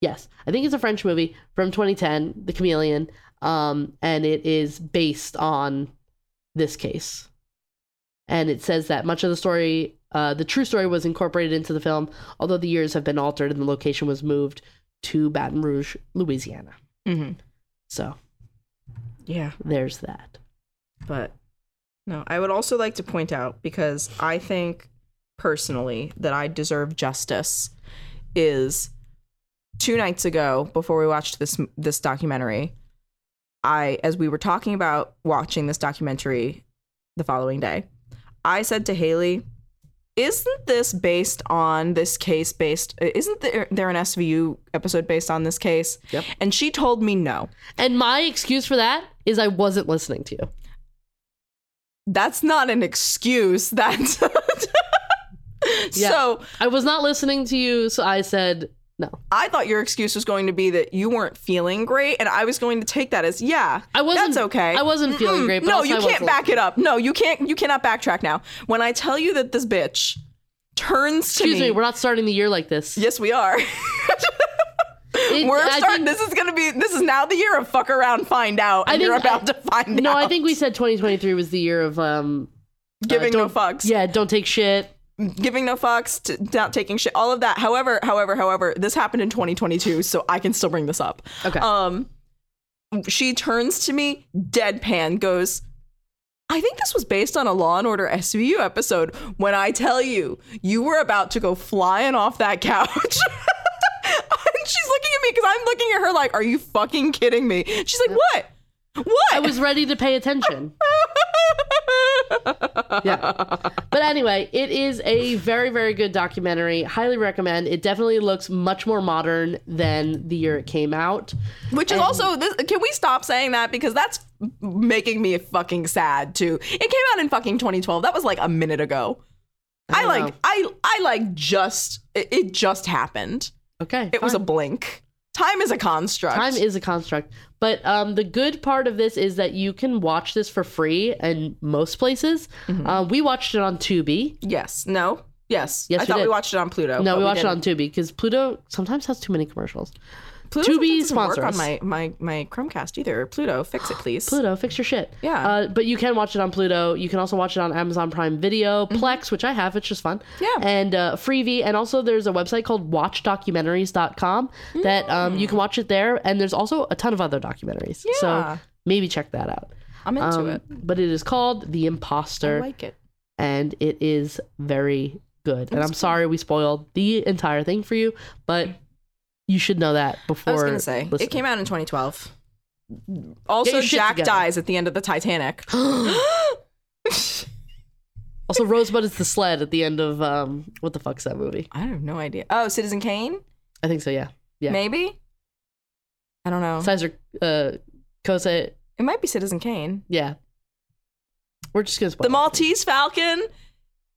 Yes, I think it's a French movie from 2010, The Chameleon, um, and it is based on this case. And it says that much of the story, uh, the true story, was incorporated into the film, although the years have been altered and the location was moved to Baton Rouge, Louisiana.
mhm.
So
yeah
there's that.
but no i would also like to point out because i think personally that i deserve justice is two nights ago before we watched this this documentary i as we were talking about watching this documentary the following day i said to haley isn't this based on this case based isn't there, there an svu episode based on this case
Yep.
and she told me no
And my excuse for that is I wasn't listening to you.
that's not an excuse that's
Yeah.
so
I was not listening to you, so I said no.
I thought your excuse was going to be that you weren't feeling great, and I was going to take that as yeah,
I wasn't.
That's okay.
I wasn't feeling great. But
no,
also
you
I
can't
wasn't-
back it up. No, you can't. You cannot backtrack now. When I tell you that this bitch turns to
Excuse me. We're not starting the year like this.
yes, we are.
It-
we're
I
starting.
think-
this is going to be. This is now the year of fuck around, find out.
I
And you're
think I-
about to find
No,
out.
I think we said 2023 was the year of um.
giving no
don't-
fucks.
Yeah, don't take shit.
giving no fucks, t- not taking shit, all of that. However, however, however, this happened in 2022, so I can still bring this up.
Okay.
Um, she turns to me, deadpan, goes, I think this was based on a Law and Order SVU episode. When I tell you, you were about to go flying off that couch. and she's looking at me because I'm looking at her like, Are you fucking kidding me? She's like, What? What?
I was ready to pay attention. yeah. But anyway, it is a very, very good documentary. Highly recommend. It definitely looks much more modern than the year it came out.
Which is also this, can we stop saying that because that's making me fucking sad too. It came out in fucking 2012. That was like a minute ago. I,
don't
like
know.
I I like just it, it just happened.
Okay.
It was a
fine.
blink. Time is a construct.
time is a construct. But um, the good part of this is that you can watch this for free in most places.
Mm-hmm.
Uh, we watched it on Tubi.
yes. No. Yes.
Yes,
I
we
thought Oh, we
did.
watched it on Pluto.
No,
but
we watched it
didn't.
on Tubi because Pluto sometimes has too many commercials.
Pluto sometimes
Tubi
doesn't work
sponsor
on
us.
my my my Chromecast either. Pluto, fix it please.
Pluto, fix your shit.
Yeah.
Uh, but you can watch it on Pluto. You can also watch it on Amazon Prime Video, Plex, which I have. It's just fun.
Mm-hmm. Yeah.
And uh, Freevee. And also, there's a website called watchdocumentaries.com that um, you can watch it there. And there's also a ton of other documentaries.
Mm. Yeah.
So maybe check that out.
I'm into
Um,
it. Oh,
But it is called The
I
Imposter,
like it.
and it is very good. And I'm sorry we spoiled the entire thing for you, but you should know that
I
before.
was gonna say
listening.
it came out in 2012. Also,
your shit
Jack
together.
dies at the end of the Titanic.
Also, Rosebud is the sled at the end of um, what the fuck's that movie?
I have no idea. Oh, Citizen Kane?
I think so. Yeah, yeah.
Maybe? I don't know.
Sizer, uh, Kose.
it might be Citizen Kane.
Yeah, we're just gonna spoil
The
it.
Maltese Falcon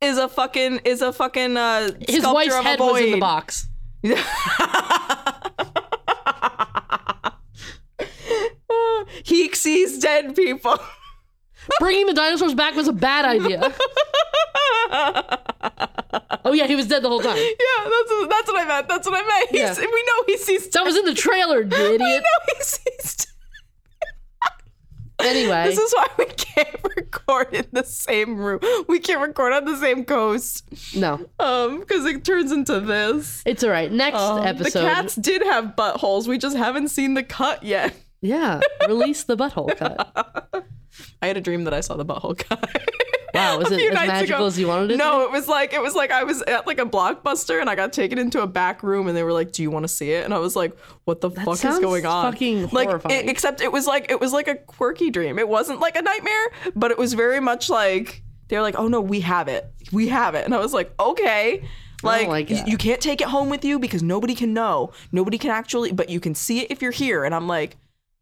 is a fucking is a fucking uh
His
sculpture
wife's
of a
head was in the
void.
box.
he sees dead people.
Bringing the dinosaurs back was a bad idea. oh yeah, he was dead the whole time.
Yeah, that's that's what I meant. That's what I meant. He's,
Yeah.
We know he sees.
That was in the trailer, you
We
idiot.
know he sees.
Anyway,
This is why we can't record in the same room. We can't record on the same coast.
no,
Um, because it turns into this.
it's all right. Next
Um,
episode,
The cats did have buttholes. We just haven't seen the cut yet.
yeah, release the butthole cut.
I had a dream that I saw the butthole cut.
Wow, was
A
it
few
as
nights
magical as you wanted it to
No, it was like it was like I was at like a blockbuster and I got taken into a back room and they were like, "Do you want to see it?" And I was like, "What the fuck is
sounds
going on?"
fucking
like,
horrifying.
It, except it was like it was like a quirky dream. It wasn't like a nightmare, but it was very much like they were like, "Oh no, we have it, we have it," and I was like, "Okay." Like,
like
y-
that.
you can't take it home with you because nobody can know. Nobody can actually, but you can see it if you're here. And I'm like,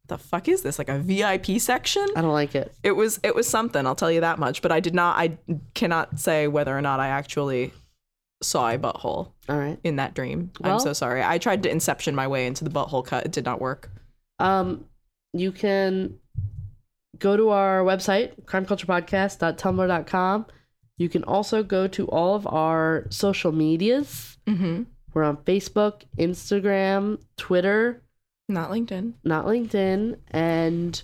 the fuck is this? Like a VIP section?
I don't like it.
It was it was something, I'll tell you that much. But I did not I cannot say whether or not I actually saw a butthole
All right.
in that dream. I'm
Well-
so sorry. I tried to inception my way into the butthole cut. It did not work.
Um, you can go to our website, crimeculturepodcast.tumblr.com. You can also go to all of our social medias.
Mm-hmm.
We're on Facebook, Instagram, Twitter,
Not LinkedIn.
not LinkedIn, and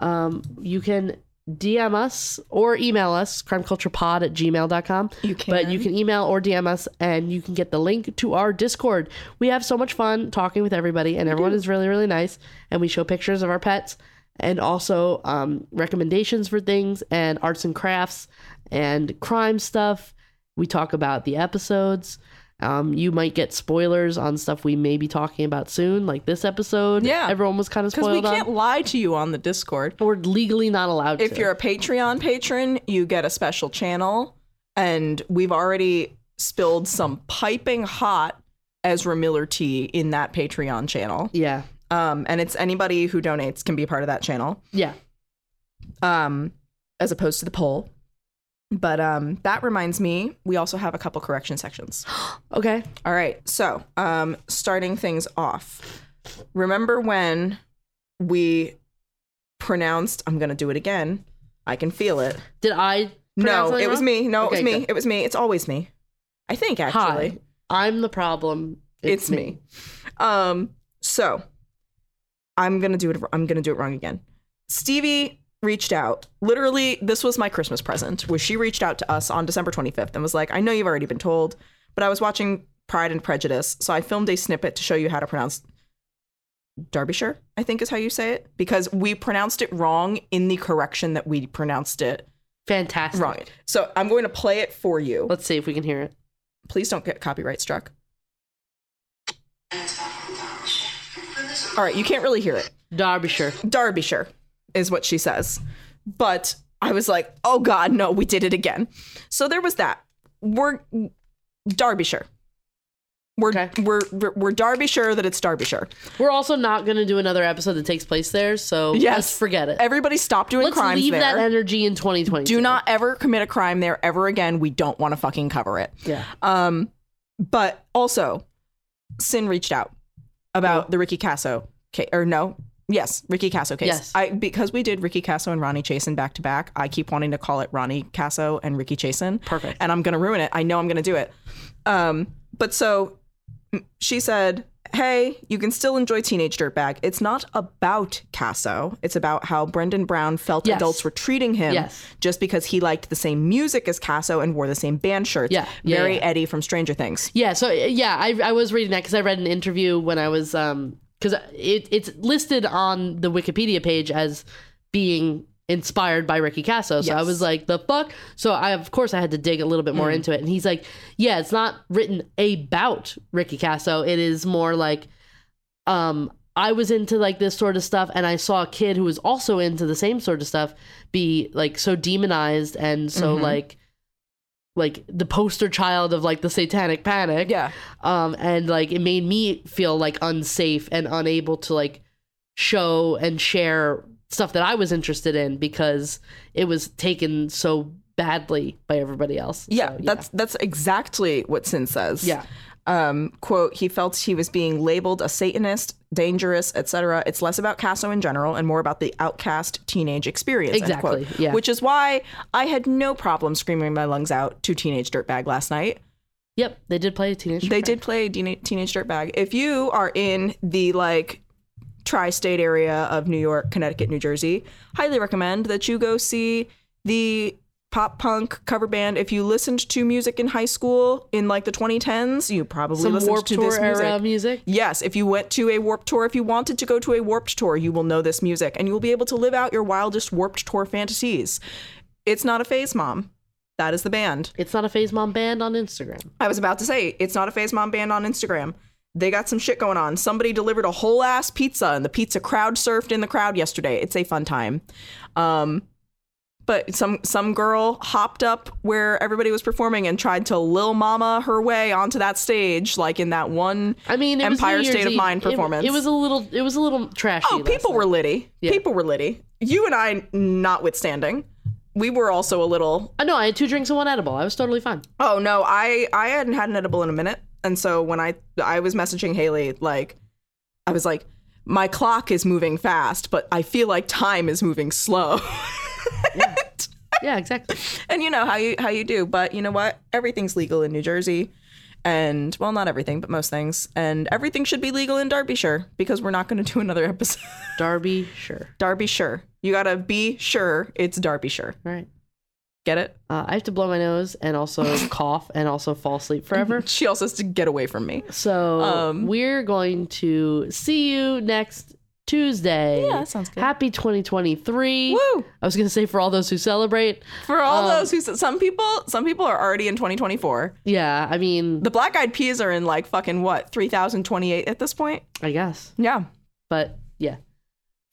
um, you can DM us or email us, crimeculturepod at gmail.com.
You
But you can email or DM us and you can get the link to our Discord. We have so much fun talking with everybody, and everyone is really, really nice. And we show pictures of our pets and also um, recommendations for things and arts and crafts and crime stuff. We talk about the episodes Um, you might get spoilers on stuff we may be talking about soon, like this episode.
Yeah.
everyone was kind of
Because we
spoiled
can't
on.
lie to you on the Discord.
We're legally not allowed to.
If you're a Patreon patron, you get a special channel, and we've already spilled some piping hot Ezra Miller tea in that Patreon channel.
yeah,
Um, and it's anybody who donates can be part of that channel.
yeah,
um, as opposed to the poll. But um, that reminds me, we also have a couple correction sections.
okay,
All right, so um, starting things off. Remember when we pronounced? I'm gonna do it again. I can feel it.
Did I? pronounce
No,
something
it was
wrong?
me. No, it was
Okay,
me.
good.
It was me. It's always me. I think actually.
Hi, I'm the problem.
It's, me. Um, so I'm gonna do it. I'm gonna do it wrong again. Stevie reached out. Literally, this was my Christmas present. Was she reached out to us on December 25th and was like, "I know you've already been told, but I was watching Pride and Prejudice, so I filmed a snippet to show you how to pronounce." Derbyshire, I think is how you say it, because we pronounced it wrong in the correction that we pronounced it
Fantastic.
wrong. So I'm going to play it for you.
Let's see if we can hear it.
Please don't get copyright struck. All right, you can't really hear it.
Derbyshire.
Derbyshire is what she says. But I was like, oh God, no, we did it again. So there was that. We're Derbyshire. We're,
Okay.
we're, we're, we're Derbyshire that it's Derbyshire.
We're also not going to do another episode that takes place there, so
Yes.
let's forget it.
Everybody stop doing
Let's
crimes
leave
there.
that energy in 2020.
Do not ever commit a crime there ever again. We don't want to fucking cover it.
Yeah.
Um, but also, Sin reached out about the Ricky Casso case, or no, yes, Ricky Casso case.
Yes.
I because we did Ricky Casso and Ronnie Chasen back to back. I keep wanting to call it Ronnie Casso and Ricky Chasen.
Perfect.
And I'm gonna ruin it. I know I'm gonna do it. Um, but so m- she said. Hey, you can still enjoy Teenage Dirtbag. It's not about Casso. It's about how Brendan Brown felt
Yes.
adults were treating him
Yes.
just because he liked the same music as Casso and wore the same band shirts.
Yeah, yeah,
Very
yeah.
Eddie from Stranger Things.
Yeah, so yeah, I, I was reading that because I read an interview when I was um because it it's listed on the Wikipedia page as being inspired by Ricky Casso. So I
Yes.
was like, the fuck. So I of course I had to dig a little bit more into it, and he's like, yeah, it's not written about Ricky Casso. It is more like, um. I was into like this sort of stuff, and I saw a kid who was also into the same sort of stuff be like so demonized and so
Mm-hmm.
like, like the poster child of like the satanic panic
Yeah.
um and like it made me feel like unsafe and unable to like show and share stuff that i was interested in because it was taken so badly by everybody else
Yeah,
So,
that's that's exactly what Sin says.
yeah
Um, quote, he felt he was being labeled a Satanist, dangerous, etc. It's less about Casso in general and more about the outcast teenage experience. end
Exactly,
quote.
yeah.
Which is why I had no problem screaming my lungs out to Teenage Dirtbag last night.
yep they did play a teenage
They did play Teen- Teenage Dirtbag. If you are in the like tri-state area of New York, Connecticut, New Jersey, highly recommend that you go see the pop punk cover band. If you listened to music in high school in like the 2010s, you probably
some
listened
warp
to
tour
this music.
era music
Yes, if you went to a warped tour, if you wanted to go to a warped tour, you will know this music and you will be able to live out your wildest warped tour fantasies. It's not a phase, mom. That is the band.
it's not a phase mom band on instagram
I was about to say, it's not a phase mom band on Instagram. They got some shit going on. Somebody delivered a whole ass pizza, and the pizza crowd surfed in the crowd yesterday. It's a fun time. Um, but some some girl hopped up where everybody was performing and tried to lil mama her way onto that stage, like in that one.
i mean it
Empire
was New
State
Year's
of
Eve.
Mind
It-
performance.
it, was a little it was a little trashy
Oh,
last
people
night.
were litty.
Yeah.
People were litty. You and I, notwithstanding, we were also a little
i know i had two drinks and one edible i was totally fine
Oh no, I I hadn't had an edible in a minute, and so when I I was messaging Haley, like I was like, my clock is moving fast, but I feel like time is moving slow.
yeah exactly
and you know how you how you do, but you know what? Everything's legal in New Jersey, and well, not everything, but most things, and everything should be legal in Derbyshire because we're not going to do another episode.
darby sure
Derbyshire, you gotta be sure it's Derbyshire.
all right
Get it?
Uh, I have to blow my nose and also cough and also fall asleep forever.
She also has to get away from me.
So
Um,
we're going to see you next Tuesday.
Yeah, that sounds good.
Happy 2023.
Woo!
I was going to say for all those who celebrate.
For all
Um,
those who s- some people some people are already in 2024.
Yeah, I mean,
The Black Eyed Peas are in like fucking what 3028 at this point.
I guess.
Yeah.
But yeah.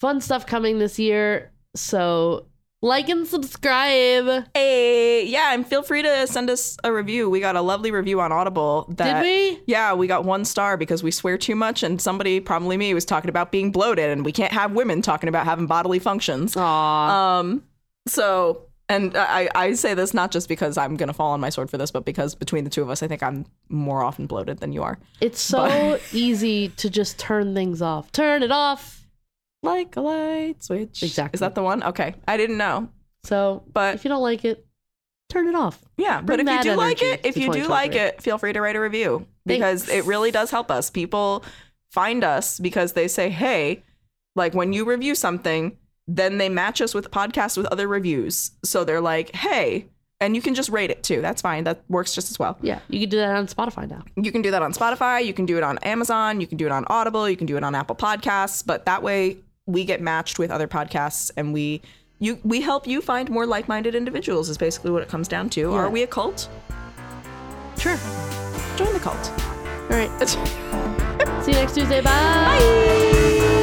Fun stuff coming this year. So like and subscribe.
Hey, yeah, and feel free to send us a review. We got a lovely review on Audible. That,
Did we?
Yeah, we got one star because we swear too much, and somebody, probably me, was talking about being bloated, and we can't have women talking about having bodily functions.
Uh-huh. Aw.
Um, so, and I, I say this not just because I'm gonna fall on my sword for this, but because between the two of us, I think I'm more often bloated than you are.
it's so easy to just turn things off. Turn it off.
Like a light switch.
Exactly.
Is that the one? Okay, I didn't know,
So
but
if you don't like it, turn it off.
Yeah, but
Bring
if you
that
do like
energy
it, if
to
you do like
2023.
it, feel free to write a review because
Thanks.
it really does help us. People find us because they say, "Hey, like when you review something, then they match us with podcasts with other reviews." So they're like, "Hey," and you can just rate it too. That's fine. That works just as well.
Yeah, you can do that on Spotify now.
You can do that on Spotify, you can do it on Amazon, you can do it on Audible, you can do it on Apple Podcasts, but that way we get matched with other podcasts and we you we help you find more like-minded individuals is basically what it comes down to. Are we a cult?
Sure.
join the cult.
All right. See you next Tuesday. Bye.
Bye.